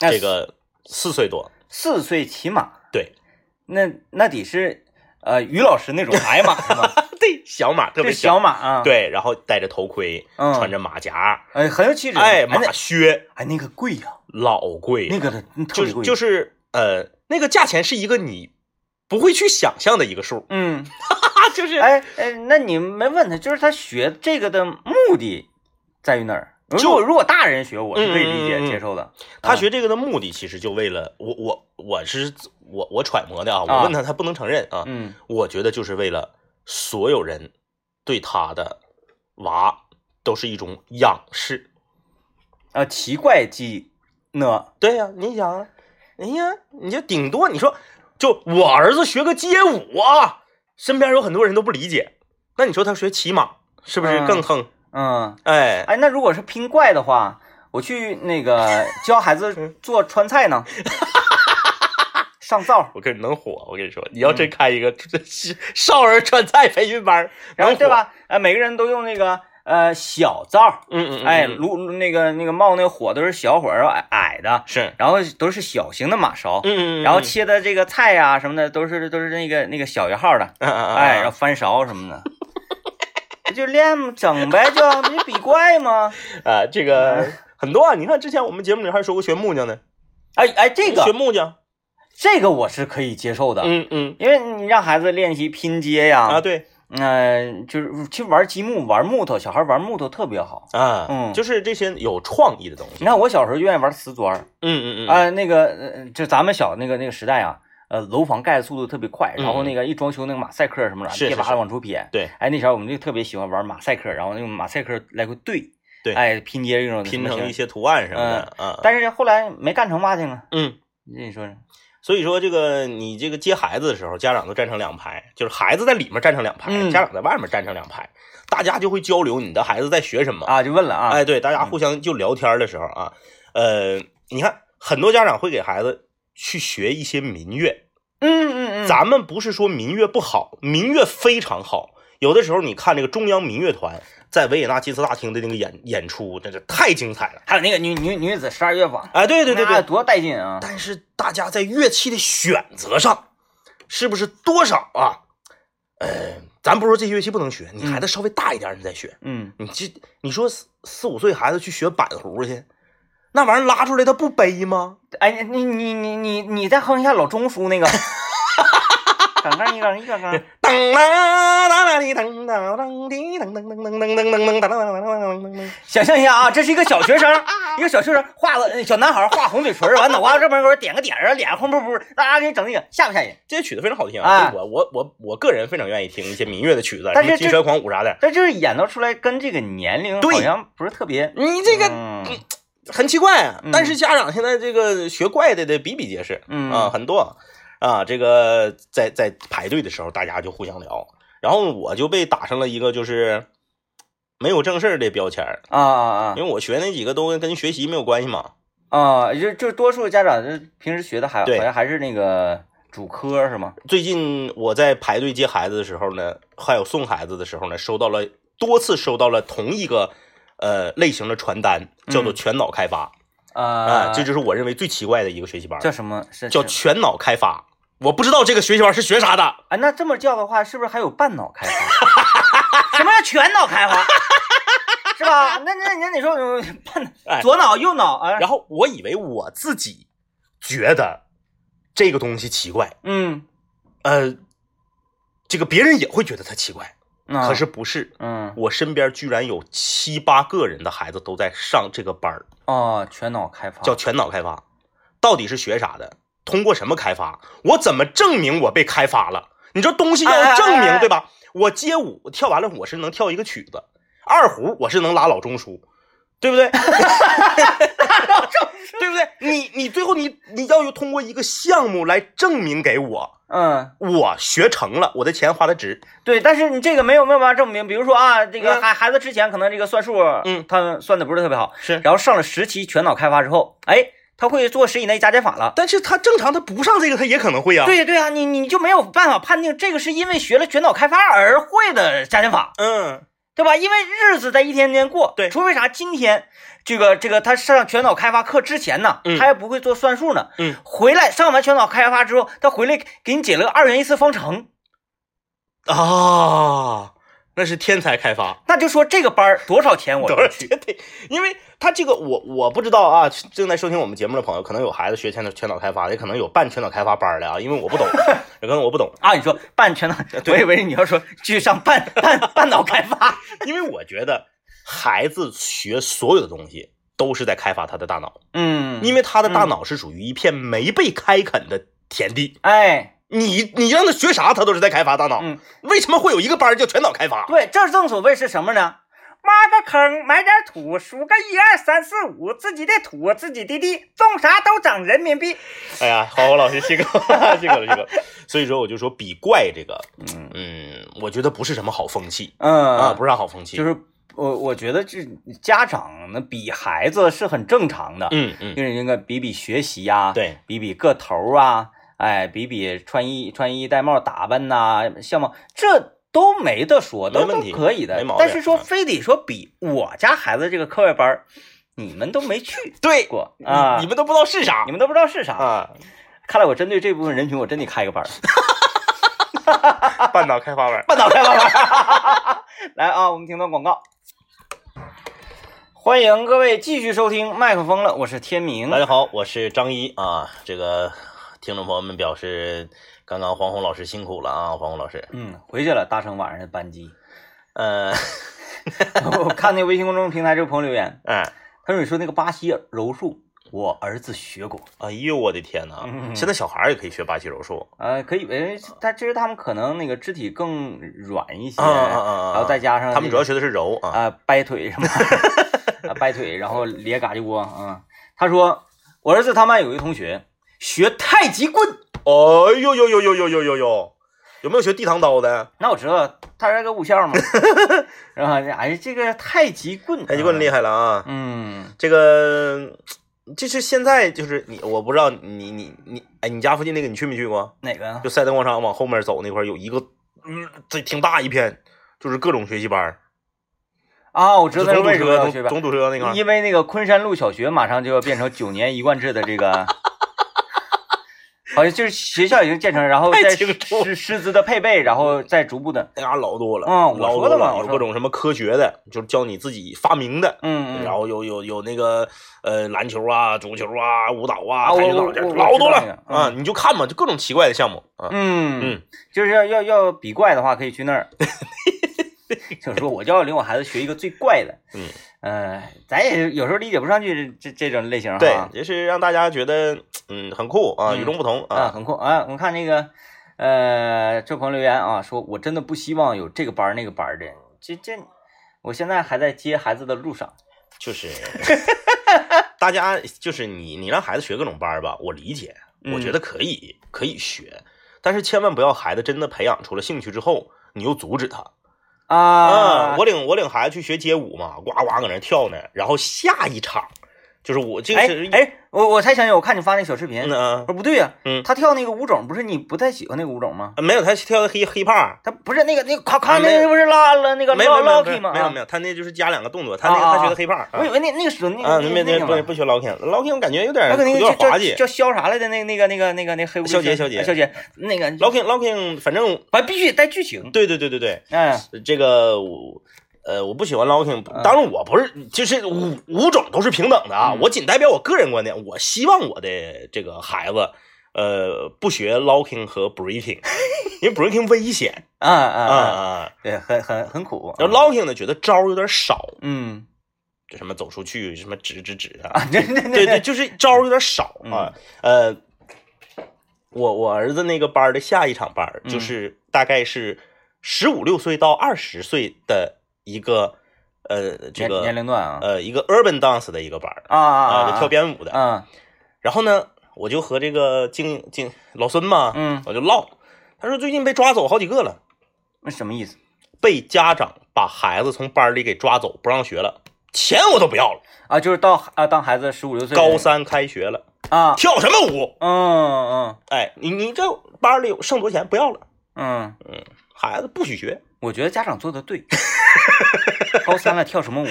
[SPEAKER 1] 那
[SPEAKER 2] 这个四 岁多，
[SPEAKER 1] 四岁骑马，
[SPEAKER 2] 对
[SPEAKER 1] 那那得是呃于老师那种矮马是吧？
[SPEAKER 2] 对，小马 特
[SPEAKER 1] 这
[SPEAKER 2] 别
[SPEAKER 1] 小马啊，，
[SPEAKER 2] 对，然后戴着头盔，
[SPEAKER 1] 嗯
[SPEAKER 2] 穿着马甲，
[SPEAKER 1] 哎，很有气质。
[SPEAKER 2] 哎，
[SPEAKER 1] 那
[SPEAKER 2] 马靴
[SPEAKER 1] 哎那个贵呀，
[SPEAKER 2] 老贵，
[SPEAKER 1] 那个的嗯特
[SPEAKER 2] 就
[SPEAKER 1] 别
[SPEAKER 2] 是
[SPEAKER 1] 贵，
[SPEAKER 2] 就是是呃，那个价钱是一个你不会去想象的一个数
[SPEAKER 1] 嗯。
[SPEAKER 2] 啊， 就是
[SPEAKER 1] 哎哎，那你没问他，就是他学这个的目的在于哪儿？如
[SPEAKER 2] 就
[SPEAKER 1] 果如果大人学，我是可以理解
[SPEAKER 2] 嗯嗯嗯嗯
[SPEAKER 1] 接受的。
[SPEAKER 2] 他
[SPEAKER 1] 嗯
[SPEAKER 2] 学这个的目的其实就为了我我我是我我揣摩的啊，
[SPEAKER 1] 啊
[SPEAKER 2] 我问他他不能承认啊，
[SPEAKER 1] 嗯
[SPEAKER 2] 我觉得就是为了所有人对他的娃都是一种仰视。
[SPEAKER 1] 啊，奇怪技呢？
[SPEAKER 2] 对呀、你想啊，哎呀，你就顶多你说，就我儿子学个街舞啊，身边有很多人都不理解，那你说他学骑马是不是
[SPEAKER 1] 嗯
[SPEAKER 2] 更横？
[SPEAKER 1] 嗯，
[SPEAKER 2] 哎，
[SPEAKER 1] 哎，那如果是拼怪的话，我去那个教孩子
[SPEAKER 2] 嗯
[SPEAKER 1] 做川菜呢，上 灶，
[SPEAKER 2] 我跟你能火，我跟你说，
[SPEAKER 1] 嗯
[SPEAKER 2] 你要真开一个少儿川菜培训班，
[SPEAKER 1] 然后
[SPEAKER 2] 能火
[SPEAKER 1] 对？吧？呃，每个人都用那个呃小灶，
[SPEAKER 2] 嗯嗯，嗯
[SPEAKER 1] 哎，
[SPEAKER 2] 嗯
[SPEAKER 1] 炉那个那个冒那个火都是小火，然后矮矮的，
[SPEAKER 2] 是，
[SPEAKER 1] 然后都是小型的马勺，
[SPEAKER 2] 嗯嗯，
[SPEAKER 1] 然后
[SPEAKER 2] 嗯
[SPEAKER 1] 切的这个菜呀、什么的都是都是那个那个小一号的，
[SPEAKER 2] 嗯嗯嗯
[SPEAKER 1] 哎，然后翻勺什么的， 就练整呗，就不就比怪吗？
[SPEAKER 2] 啊，这个很多啊，你看之前我们节目里还说过学木匠呢，
[SPEAKER 1] 哎哎，这
[SPEAKER 2] 学
[SPEAKER 1] 个
[SPEAKER 2] 木匠，
[SPEAKER 1] 这个我是可以接受的，
[SPEAKER 2] 嗯嗯
[SPEAKER 1] 因为你让孩子练习拼接呀，
[SPEAKER 2] 啊，对
[SPEAKER 1] 嗯、呃就是去玩积木、玩木头，小孩玩木头特别好。
[SPEAKER 2] 啊，
[SPEAKER 1] 嗯
[SPEAKER 2] 就是这些有创意的东西，
[SPEAKER 1] 你看我小时候就愿意玩瓷砖儿，
[SPEAKER 2] 嗯嗯嗯，
[SPEAKER 1] 啊、那个呃就咱们小那个那个时代啊，呃，楼房盖的速度特别快，然后那个一装修那个马赛克什么的，
[SPEAKER 2] 嗯是是
[SPEAKER 1] 铁
[SPEAKER 2] 是
[SPEAKER 1] 瓦往出撇。
[SPEAKER 2] 对，
[SPEAKER 1] 哎，那时候我们就特别喜欢玩马赛克，然后用马赛克来回对，
[SPEAKER 2] 对
[SPEAKER 1] 哎，拼接这种
[SPEAKER 2] 拼
[SPEAKER 1] 什么
[SPEAKER 2] 成
[SPEAKER 1] 型
[SPEAKER 2] 一，些图案什么的，啊，
[SPEAKER 1] 但是后来没干成嘛去呢？
[SPEAKER 2] 嗯，
[SPEAKER 1] 你说呢？
[SPEAKER 2] 所以说这个你这个接孩子的时候，家长都站成两排，就是孩子在里面站成两排，
[SPEAKER 1] 嗯
[SPEAKER 2] 家长在外面站成两排，大家就会交流你的孩子在学什么，
[SPEAKER 1] 啊，就问了啊，
[SPEAKER 2] 哎，对，大家互相就聊天的时候啊，呃，你看很多家长会给孩子去学一些民乐，
[SPEAKER 1] 嗯嗯嗯，
[SPEAKER 2] 咱们不是说民乐不好，民乐非常好。有的时候你看这个中央民乐团在维也纳金色大厅的那个演演出，真是太精彩了。
[SPEAKER 1] 还有那个女女女子十二乐坊，
[SPEAKER 2] 哎，对对对
[SPEAKER 1] 那
[SPEAKER 2] 对，
[SPEAKER 1] 多带劲啊！
[SPEAKER 2] 但是大家在乐器的选择上，是不是多少啊？呃，咱不说这些乐器不能学，你孩子稍微大一点你再学。
[SPEAKER 1] 嗯，
[SPEAKER 2] 你这你说四四五岁孩子去学板胡去，那玩意儿拉出来他不背吗？
[SPEAKER 1] 哎，你你你你你再哼一下老钟叔 那个， 杠杠一杠一杠杠，
[SPEAKER 2] 噔啦哒啦滴噔噔噔滴噔噔噔噔噔噔噔噔噔噔噔噔。
[SPEAKER 1] 想象一下啊，这是一个小学生，一个小学生画个小男孩画红嘴唇儿，完脑瓜子这边给我点个点儿，脸红扑扑，啊，给你整那个吓不吓人？
[SPEAKER 2] 这些曲子非常好听
[SPEAKER 1] 啊
[SPEAKER 2] 啊！就我我我我个人非常愿意听一些民乐的曲子，
[SPEAKER 1] 但是
[SPEAKER 2] 什么金
[SPEAKER 1] 这
[SPEAKER 2] 蛇狂舞啥的。
[SPEAKER 1] 但就是演到出来跟这个年龄
[SPEAKER 2] 对
[SPEAKER 1] 好像不是特别。
[SPEAKER 2] 你这个
[SPEAKER 1] 嗯
[SPEAKER 2] 很奇怪啊！
[SPEAKER 1] 嗯
[SPEAKER 2] 但是家长现在这个学怪的的比比皆是，
[SPEAKER 1] 嗯
[SPEAKER 2] 啊，很多啊。这个在在排队的时候，大家就互相聊，然后我就被打上了一个就是没有正事儿的标签儿，
[SPEAKER 1] 啊啊
[SPEAKER 2] 因为我学那几个都跟学习没有关系嘛。
[SPEAKER 1] 啊啊！就就多数家长就平时学的还好
[SPEAKER 2] 对
[SPEAKER 1] 像还是那个主科是吗？
[SPEAKER 2] 最近我在排队接孩子的时候呢，还有送孩子的时候呢，收到了多次收到了同一个呃类型的传单，叫做全脑开发、
[SPEAKER 1] 啊
[SPEAKER 2] 啊，，这就是我认为最奇怪的一个学习班，
[SPEAKER 1] 叫什么？是
[SPEAKER 2] 叫
[SPEAKER 1] 是
[SPEAKER 2] 全脑开发。我不知道这个学习班是学啥的，
[SPEAKER 1] 啊，那这么叫的话，是不是还有半脑开花？什么叫全脑开花？是吧？那那那你说呃半脑
[SPEAKER 2] 哎
[SPEAKER 1] 左脑右脑啊？
[SPEAKER 2] 然后我以为我自己觉得这个东西奇怪，
[SPEAKER 1] 嗯
[SPEAKER 2] 呃，这个别人也会觉得它奇怪，
[SPEAKER 1] 啊
[SPEAKER 2] 可是不是，
[SPEAKER 1] 嗯
[SPEAKER 2] 我身边居然有七八个人的孩子都在上这个班儿，
[SPEAKER 1] 哦，全脑开发
[SPEAKER 2] 叫全脑开发，到底是学啥的？通过什么开发？我怎么证明我被开发了？你这东西
[SPEAKER 1] 哎
[SPEAKER 2] 要
[SPEAKER 1] 哎
[SPEAKER 2] 证明，
[SPEAKER 1] 哎哎
[SPEAKER 2] 对吧？我街舞我跳完了，我是能跳一个曲子；二胡我是能拉老中书，对不对？对不对？你你最后你你要有通过一个项目来证明给我，
[SPEAKER 1] 嗯，
[SPEAKER 2] 我学成了，我的钱花的值。
[SPEAKER 1] 对，但是你这个没有没有办法证明，比如说啊，这个
[SPEAKER 2] 嗯
[SPEAKER 1] 孩孩子之前可能这个算数，
[SPEAKER 2] 嗯
[SPEAKER 1] 他算的不是特别好，
[SPEAKER 2] 是，
[SPEAKER 1] 然后上了十期全脑开发之后，哎，他会做十以内加减法了。
[SPEAKER 2] 但是他正常他不上这个他也可能会啊。，
[SPEAKER 1] 对呀对啊，你你就没有办法判定这个是因为学了全脑开发而会的加减法，
[SPEAKER 2] 嗯，
[SPEAKER 1] 对吧？因为日子在一天天过，
[SPEAKER 2] 对
[SPEAKER 1] 除非啥，今天这个这个他上全脑开发课之前呢，
[SPEAKER 2] 嗯
[SPEAKER 1] 他还不会做算术呢，
[SPEAKER 2] 嗯，
[SPEAKER 1] 回来上完全脑开发之后，他回来给你解了个二元一次方程，
[SPEAKER 2] 啊，那是天才开发。
[SPEAKER 1] 那就说这个班儿多少钱我
[SPEAKER 2] 多
[SPEAKER 1] 能
[SPEAKER 2] 少
[SPEAKER 1] 去？
[SPEAKER 2] 钱？对，因为他这个我我不知道啊。正在收听我们节目的朋友，可能有孩子学全脑全脑开发的，也可能有办全脑开发班儿的啊。因为我 不懂，也可能我不懂，
[SPEAKER 1] 啊，你说半全脑，我以为你要说去上半半半脑开发，
[SPEAKER 2] 因为我觉得孩子学所有的东西都是在开发他的大脑，
[SPEAKER 1] 嗯，
[SPEAKER 2] 因为他的大脑是属于一片没被开垦的田地。
[SPEAKER 1] 哎。
[SPEAKER 2] 你你让他学啥，他都是在开发大脑。
[SPEAKER 1] 嗯
[SPEAKER 2] 为什么会有一个班儿叫全脑开发？
[SPEAKER 1] 对，这正所谓是什么呢？挖个坑，埋点土，数个一二三四五，自己的土，自己的地，种啥都长人民币。
[SPEAKER 2] 哎呀，花花老师辛苦了，辛苦了，辛苦了。所以说，我就说比怪这个，
[SPEAKER 1] 嗯
[SPEAKER 2] 嗯，我觉得不是什么好风气
[SPEAKER 1] 嗯
[SPEAKER 2] 啊，不是啥好风气。
[SPEAKER 1] 就是我我觉得这家长呢比孩子是很正常的，
[SPEAKER 2] 嗯嗯，
[SPEAKER 1] 就是应该比比学习呀、
[SPEAKER 2] 对，
[SPEAKER 1] 比比个头啊，哎，比比穿衣穿衣戴帽打扮呐、相貌，这都没得说，都
[SPEAKER 2] 没问题
[SPEAKER 1] 都可以的
[SPEAKER 2] 没毛。病嗯
[SPEAKER 1] 但是说非得说比我家孩子这个课外班儿，你们都没去
[SPEAKER 2] 对，
[SPEAKER 1] 过啊，
[SPEAKER 2] 你你们都不知道是啥
[SPEAKER 1] 你们都不知道是啥。
[SPEAKER 2] 啊，
[SPEAKER 1] 看来我针对这部分人群，我真得开个班儿，
[SPEAKER 2] 啊半岛开发班。
[SPEAKER 1] 半岛开个班儿。 来啊，我们听段广告。欢迎各位继续收听麦克风了，我是天明
[SPEAKER 2] 大。家好，我是张一啊，这个听众朋友们表示，刚刚黄宏老师辛苦了啊，黄宏老师，
[SPEAKER 1] 嗯，回去了，搭乘晚上的班机。
[SPEAKER 2] 呃，
[SPEAKER 1] 我看那微信公众平台这个朋友留言，
[SPEAKER 2] 哎，
[SPEAKER 1] 他说你说那个巴西柔术，我儿子学过。
[SPEAKER 2] 哎呦我的天哪，
[SPEAKER 1] 嗯
[SPEAKER 2] 现在小孩儿也可以学巴西柔术
[SPEAKER 1] 呃，可以，呃，他其实他们可能那个肢体更软一些，
[SPEAKER 2] 啊啊啊啊，
[SPEAKER 1] 然后再加上
[SPEAKER 2] 他们主要学的是柔
[SPEAKER 1] 啊、
[SPEAKER 2] 啊，
[SPEAKER 1] 掰腿什么， 啊掰腿，然后咧嘎吱窝啊。他说，我儿子他们班有一同学学太极棍，
[SPEAKER 2] 哦呦呦呦呦呦呦呦呦，有没有学地堂刀的？
[SPEAKER 1] 那我知道他是个武 校嘛，然后哎，这个太极棍，
[SPEAKER 2] 太极棍厉
[SPEAKER 1] 害，
[SPEAKER 2] 害了啊，
[SPEAKER 1] 嗯，
[SPEAKER 2] 这个。就是现在，就是你，我不知道你你你，哎，你家附近那个你去没去过？
[SPEAKER 1] 哪个呀？
[SPEAKER 2] 就赛登广场往后面走那块儿有一个，嗯，这挺大一片，就是各种学习班儿，
[SPEAKER 1] 啊，我知
[SPEAKER 2] 就
[SPEAKER 1] 道
[SPEAKER 2] 总
[SPEAKER 1] 那为
[SPEAKER 2] 堵
[SPEAKER 1] 什么
[SPEAKER 2] 车，
[SPEAKER 1] 要学
[SPEAKER 2] 总
[SPEAKER 1] 吧，
[SPEAKER 2] 总堵车那块儿。
[SPEAKER 1] 因为那个昆山路小学马上就要变成九年一贯制的这 个。好像就是学校已经建成，然后
[SPEAKER 2] 太
[SPEAKER 1] 再
[SPEAKER 2] 清楚
[SPEAKER 1] 师师资的配备，然后再逐步的，
[SPEAKER 2] 那嘎哎老多了，
[SPEAKER 1] 嗯我
[SPEAKER 2] 老
[SPEAKER 1] 说
[SPEAKER 2] 多
[SPEAKER 1] 的嘛
[SPEAKER 2] 了，
[SPEAKER 1] 我
[SPEAKER 2] 有
[SPEAKER 1] 说
[SPEAKER 2] 各种什么科学的，就是教你自己发明的，
[SPEAKER 1] 嗯，嗯
[SPEAKER 2] 然后有有有那个呃篮球啊、足球啊、舞蹈啊、
[SPEAKER 1] 啊
[SPEAKER 2] 跆
[SPEAKER 1] 我
[SPEAKER 2] 拳道
[SPEAKER 1] 我
[SPEAKER 2] 这
[SPEAKER 1] 我
[SPEAKER 2] 老
[SPEAKER 1] 我
[SPEAKER 2] 多
[SPEAKER 1] 知道
[SPEAKER 2] 了
[SPEAKER 1] 那个
[SPEAKER 2] 啊！你就看吧，就各种奇怪的项目啊。
[SPEAKER 1] 嗯
[SPEAKER 2] 嗯，
[SPEAKER 1] 就是要要要比怪的话，可以去那 儿。就是说，我就要领我孩子学一个最怪的。
[SPEAKER 2] 嗯，
[SPEAKER 1] 呃，咱也有时候理解不上去这这这种类型哈。
[SPEAKER 2] 对，也是让大家觉得嗯很酷啊，
[SPEAKER 1] 啊嗯
[SPEAKER 2] 与众不同
[SPEAKER 1] 啊，
[SPEAKER 2] 啊。
[SPEAKER 1] 很酷啊！我们看那个，呃，这朋友留言啊，说我真的不希望有这个班儿那个班儿的，这这，我现在还在接孩子的路上。
[SPEAKER 2] 就是 大家就是你你让孩子学各种班儿吧，我理解，我
[SPEAKER 1] 嗯
[SPEAKER 2] 觉得可以、可以学，但是千万不要孩子真的培养出了兴趣之后，你又阻止他
[SPEAKER 1] 啊，
[SPEAKER 2] 我领我领孩子去学街舞嘛，呱呱搁那跳呢，然后下一场就是我这个
[SPEAKER 1] 哎
[SPEAKER 2] 是
[SPEAKER 1] 哎，我我才想起我看你发那小视频，
[SPEAKER 2] 嗯
[SPEAKER 1] 我
[SPEAKER 2] 啊
[SPEAKER 1] 说不对呀，
[SPEAKER 2] 嗯
[SPEAKER 1] 他跳那个舞种不是你不太喜欢那个舞种吗？
[SPEAKER 2] 啊没有他跳的黑黑怕。
[SPEAKER 1] 他不是那个那个咔咔
[SPEAKER 2] 啊没有
[SPEAKER 1] 那个不是拉了那个
[SPEAKER 2] 没有
[SPEAKER 1] lock
[SPEAKER 2] 没有
[SPEAKER 1] lock
[SPEAKER 2] 没
[SPEAKER 1] y 吗？
[SPEAKER 2] 有没有
[SPEAKER 1] 啊
[SPEAKER 2] 没有，他那就是加两个动作，他那个
[SPEAKER 1] 啊啊
[SPEAKER 2] 他学的黑怕啊
[SPEAKER 1] 我以为那那个时候那
[SPEAKER 2] 啊，
[SPEAKER 1] 个
[SPEAKER 2] 没
[SPEAKER 1] 那
[SPEAKER 2] 没
[SPEAKER 1] 个
[SPEAKER 2] 不
[SPEAKER 1] 嘛，
[SPEAKER 2] 不学 locking，locking 感觉有点
[SPEAKER 1] 那
[SPEAKER 2] 有
[SPEAKER 1] 个那
[SPEAKER 2] 点
[SPEAKER 1] 个叫
[SPEAKER 2] 滑
[SPEAKER 1] 叫
[SPEAKER 2] 稽
[SPEAKER 1] 叫肖啥来的那那个那个那个那个黑乌
[SPEAKER 2] 肖杰肖
[SPEAKER 1] 小
[SPEAKER 2] 杰
[SPEAKER 1] 肖杰那个
[SPEAKER 2] ，locking locking，反正
[SPEAKER 1] 反正必须得带剧情。
[SPEAKER 2] 对对对对对，
[SPEAKER 1] 嗯
[SPEAKER 2] 这个我呃我不喜欢 locking，
[SPEAKER 1] 嗯
[SPEAKER 2] 当然我不是，就是五五种都是平等的啊，
[SPEAKER 1] 嗯
[SPEAKER 2] 我仅代表我个人观点，我希望我的这个孩子呃，不学 locking 和 breaking，因为 breaking 危险
[SPEAKER 1] 啊啊
[SPEAKER 2] 啊
[SPEAKER 1] 啊，
[SPEAKER 2] 啊。
[SPEAKER 1] 对，很很很苦。
[SPEAKER 2] 然后 locking 呢，觉得招儿有点少，
[SPEAKER 1] 嗯
[SPEAKER 2] 就什么走出去，什么指指指啊，
[SPEAKER 1] 啊，对对
[SPEAKER 2] 对对，就是招儿有点少
[SPEAKER 1] 嗯
[SPEAKER 2] 啊。呃，我我儿子那个班儿的下一场班儿，
[SPEAKER 1] 嗯
[SPEAKER 2] 就是大概是十五六岁到二十岁的一个呃这
[SPEAKER 1] 年
[SPEAKER 2] 个
[SPEAKER 1] 年龄段啊
[SPEAKER 2] 呃一个 urban dance 的一个班儿
[SPEAKER 1] 啊啊
[SPEAKER 2] 啊，就
[SPEAKER 1] 啊
[SPEAKER 2] 跳编舞的。
[SPEAKER 1] 啊
[SPEAKER 2] 然后呢，我就和这个经经老孙嘛，
[SPEAKER 1] 嗯，
[SPEAKER 2] 我就唠，他说最近被抓走好几个了，
[SPEAKER 1] 那什么意思
[SPEAKER 2] 被家长把孩子从班里给抓走，不让学了，钱我都不要了，
[SPEAKER 1] 啊？就是到啊，当孩子十五六岁
[SPEAKER 2] 高三开学了，
[SPEAKER 1] 啊，
[SPEAKER 2] 跳什么舞？
[SPEAKER 1] 嗯嗯
[SPEAKER 2] 哎，你你这班里有剩多钱不要了，
[SPEAKER 1] 嗯，
[SPEAKER 2] 孩子不许学，
[SPEAKER 1] 我觉得家长做的对，高三了跳什么舞？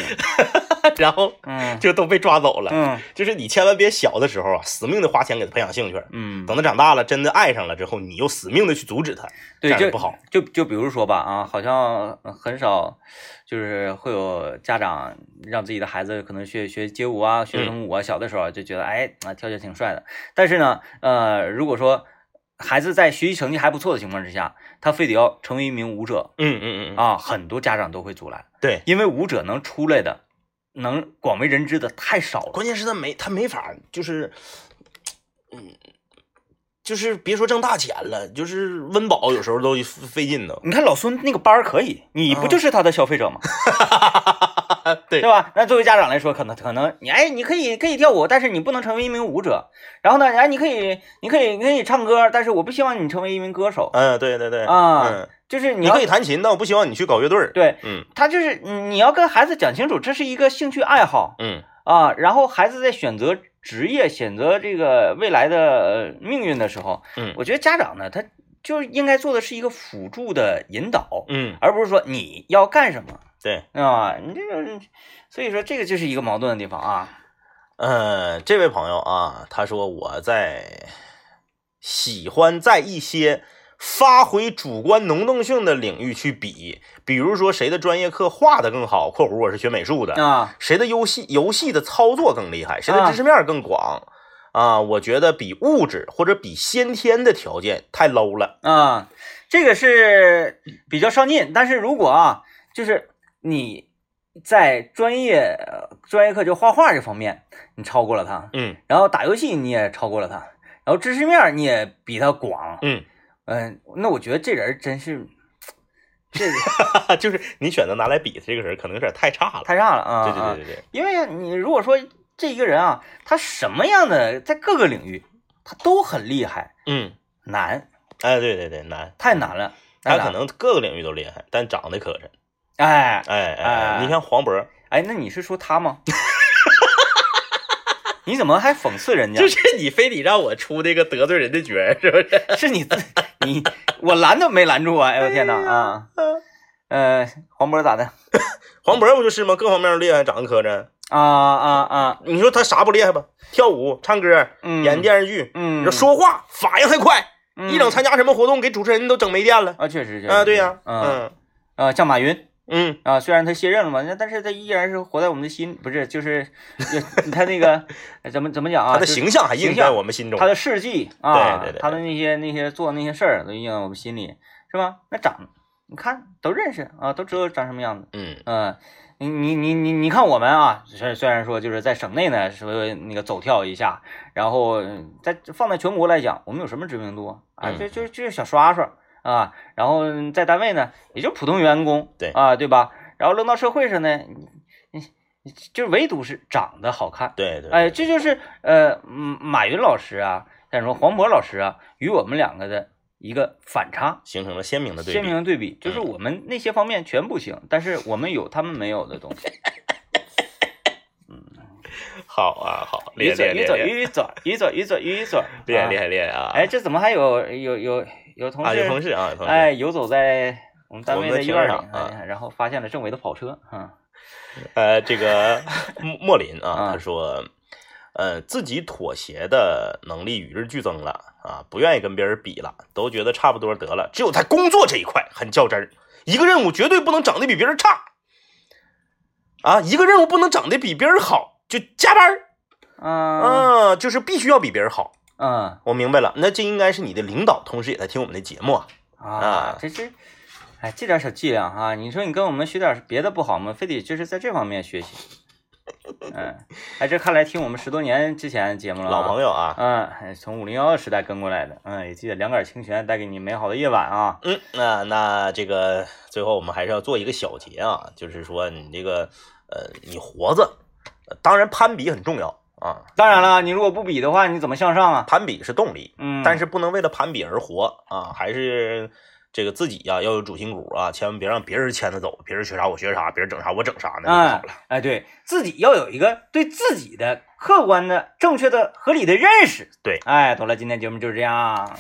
[SPEAKER 2] 然后
[SPEAKER 1] 嗯
[SPEAKER 2] 就都被抓走了。
[SPEAKER 1] 嗯
[SPEAKER 2] 就是你千万别小的时候啊，死命的花钱给他培养兴趣，
[SPEAKER 1] 嗯，
[SPEAKER 2] 等他长大了真的爱上了之后，你又死命的去阻止他，这
[SPEAKER 1] 对，
[SPEAKER 2] 样
[SPEAKER 1] 就
[SPEAKER 2] 就不好。。
[SPEAKER 1] 就就比如说吧，啊，好像很少，就是会有家长让自己的孩子可能学学街舞啊，
[SPEAKER 2] 嗯
[SPEAKER 1] 学什么舞啊。小的时候就觉得，哎，啊，跳起来挺帅的。但是呢，呃，如果说孩子在学习成绩还不错的情况之下，他非得要成为一名舞者
[SPEAKER 2] 嗯嗯嗯，
[SPEAKER 1] 啊，很多家长都会阻拦，
[SPEAKER 2] 对，
[SPEAKER 1] 因为舞者能出来的、能广为人知的太少了。
[SPEAKER 2] 关键是他没他没法就是，嗯，就是别说挣大钱了，就是温饱有时候都费劲呢。
[SPEAKER 1] 你看老孙那个班儿可以，你不就是他的消费者吗？
[SPEAKER 2] 对
[SPEAKER 1] 对吧？那作为家长来说，可能可能你哎，你可以可以跳舞，但是你不能成为一名舞者。然后呢，哎，你可以你可以你可以唱歌，但是我不希望你成为一名歌手。
[SPEAKER 2] 嗯，对对对，
[SPEAKER 1] 啊
[SPEAKER 2] 嗯，
[SPEAKER 1] 就是你
[SPEAKER 2] 你
[SPEAKER 1] 要
[SPEAKER 2] 可以弹琴，但我不希望你去搞乐队儿。
[SPEAKER 1] 对
[SPEAKER 2] 嗯
[SPEAKER 1] 他就是嗯你要跟孩子讲清楚，这是一个兴趣爱好
[SPEAKER 2] 嗯，
[SPEAKER 1] 啊。然后孩子在选择职业、选择这个未来的呃命运的时候，
[SPEAKER 2] 嗯
[SPEAKER 1] 我觉得家长呢，他就应该做的是一个辅助的引导，
[SPEAKER 2] 嗯，
[SPEAKER 1] 而不是说你要干什么。
[SPEAKER 2] 对，
[SPEAKER 1] 啊，你这个，所以说这个就是一个矛盾的地方啊。
[SPEAKER 2] 呃，这位朋友啊，他说我在喜欢在一些发挥主观能动性的领域去比，比如说谁的专业课画的更好（括弧我是学美术的），
[SPEAKER 1] 啊，
[SPEAKER 2] 谁的游戏游戏的操作更厉害，谁的
[SPEAKER 1] 啊
[SPEAKER 2] 知识面儿更广啊我觉得比物质或者比先天的条件太 low 了。
[SPEAKER 1] 啊，这个是比较上进，但是如果啊，就是你在专业呃专业课就画画这方面，你超过了他，
[SPEAKER 2] 嗯
[SPEAKER 1] 然后打游戏你也超过了他，然后知识面儿你也比他广，
[SPEAKER 2] 嗯，
[SPEAKER 1] 嗯、那我觉得这人儿真是这
[SPEAKER 2] 就是你选择拿来比这个人，可能有点太差了。
[SPEAKER 1] 太差了啊！
[SPEAKER 2] 对对
[SPEAKER 1] 啊
[SPEAKER 2] 对对对，
[SPEAKER 1] 因为你如果说这一个人啊，他什么样的在各个领域他都很厉害，
[SPEAKER 2] 嗯，
[SPEAKER 1] 难
[SPEAKER 2] 哎，对对对，难。
[SPEAKER 1] 太难了，太
[SPEAKER 2] 他
[SPEAKER 1] 难
[SPEAKER 2] 可
[SPEAKER 1] 了
[SPEAKER 2] 能各个领域都厉害，但长得磕碜。
[SPEAKER 1] 哎
[SPEAKER 2] 哎哎
[SPEAKER 1] 哎
[SPEAKER 2] 哎，你像黄渤，
[SPEAKER 1] 哎，那你是说他吗？ 你怎么还讽刺人家？
[SPEAKER 2] 是你非得让我出那个得罪人的角儿，是不是？
[SPEAKER 1] 是你自你我拦都没拦住啊！哎呦天哪啊！呃，黄渤咋的？
[SPEAKER 2] 黄渤不就是吗？各方面都厉害，长得磕碜。
[SPEAKER 1] 啊啊啊！
[SPEAKER 2] 你说他啥不厉害吧？跳舞、唱歌、
[SPEAKER 1] 嗯
[SPEAKER 2] 演电视剧，
[SPEAKER 1] 嗯
[SPEAKER 2] 你说说话反应还快，
[SPEAKER 1] 嗯
[SPEAKER 2] 一整参加什么活动，给主持人都整没电了。
[SPEAKER 1] 啊，确实确实
[SPEAKER 2] 啊，对呀、
[SPEAKER 1] 嗯
[SPEAKER 2] 嗯
[SPEAKER 1] 啊，像马云
[SPEAKER 2] 嗯
[SPEAKER 1] 啊，虽然他卸任了嘛，那但是他依然是活在我们的心，不是就是就他那个怎么怎么讲啊？
[SPEAKER 2] 他
[SPEAKER 1] 就
[SPEAKER 2] 的
[SPEAKER 1] 是
[SPEAKER 2] 形象还印
[SPEAKER 1] 形象
[SPEAKER 2] 在我们心中
[SPEAKER 1] 他。的事迹啊，
[SPEAKER 2] 对对对
[SPEAKER 1] 他的那些那些做那些事儿都印在我们心里，是吧？那长，你看都认识啊，都知道长什么样子。
[SPEAKER 2] 嗯
[SPEAKER 1] 嗯，你你你你你看我们啊，虽虽然说就是在省内呢，说那个走跳一下，然后嗯在放在全国来讲，我们有什么知名度啊？啊，
[SPEAKER 2] 嗯
[SPEAKER 1] 就就就是小刷刷啊，然后在单位呢，也就普通员工，
[SPEAKER 2] 对
[SPEAKER 1] 啊，对吧？然后扔到社会上呢，你你你就唯独是长得好看，
[SPEAKER 2] 对对，
[SPEAKER 1] 哎，这
[SPEAKER 2] 对，
[SPEAKER 1] 就是呃，嗯马云老师啊，再说黄渤老师啊，与我们两个的一个反差。
[SPEAKER 2] 形成了鲜明的对
[SPEAKER 1] 鲜
[SPEAKER 2] 比。
[SPEAKER 1] 明对比，就是我们那些方面全不行，但是我们有他们没有的东 西。
[SPEAKER 2] 好啊，好，
[SPEAKER 1] 鱼
[SPEAKER 2] 厉害厉
[SPEAKER 1] 嘴
[SPEAKER 2] 害
[SPEAKER 1] 鱼
[SPEAKER 2] 厉害
[SPEAKER 1] 嘴鱼嘴鱼嘴鱼嘴鱼 嘴，
[SPEAKER 2] 厉害厉
[SPEAKER 1] 害！
[SPEAKER 2] 害厉害啊！
[SPEAKER 1] 哎，这怎么还有有有有同
[SPEAKER 2] 啊，有同
[SPEAKER 1] 事
[SPEAKER 2] 事啊，有同事。
[SPEAKER 1] 哎游走在我们单
[SPEAKER 2] 我
[SPEAKER 1] 位
[SPEAKER 2] 们
[SPEAKER 1] 的
[SPEAKER 2] 停
[SPEAKER 1] 院儿
[SPEAKER 2] 车
[SPEAKER 1] 里，
[SPEAKER 2] 场啊
[SPEAKER 1] 哎，然后发现了政委的跑车，嗯
[SPEAKER 2] 呃，这个莫莫林啊，
[SPEAKER 1] 啊
[SPEAKER 2] 他说，呃，自己妥协的能力与日俱增了啊，不愿意跟别人比了，都觉得差不多得了。只有在工作这一块很较真儿，一个任务绝对不能整的比别人差，啊，一个任务不能整的比别人好，就加班儿
[SPEAKER 1] 啊
[SPEAKER 2] 啊，就是必须要比别人好。
[SPEAKER 1] 嗯
[SPEAKER 2] 我明白了，那这应该是你的领导，同时也在听我们的节目啊。
[SPEAKER 1] 啊，这是，哎，这点小伎俩哈、你说你跟我们学点别的不好吗？非得就是在这方面学习。嗯，哎，这看来听我们十多年之前的节目了、啊，
[SPEAKER 2] 老朋友啊，
[SPEAKER 1] 嗯，哎从五零幺时代跟过来的，嗯，也记得两杆清泉带给你美好的夜晚啊。
[SPEAKER 2] 嗯，那那这个最后我们还是要做一个小结啊，就是说你这个呃，你活着，呃当然攀比很重要啊，
[SPEAKER 1] 当然了，你如果不比的话，你怎么向上啊？
[SPEAKER 2] 攀比是动力，
[SPEAKER 1] 嗯，
[SPEAKER 2] 但是不能为了攀比而活啊，还是这个自己呀、要有主心骨啊，千万别让别人牵着走，别人学啥我学啥，别人整啥我整啥，那就不好了。
[SPEAKER 1] 哎，对自己要有一个对自己的客观的、正确的、合理的认识。
[SPEAKER 2] 对
[SPEAKER 1] 哎，好了，今天节目就是这样。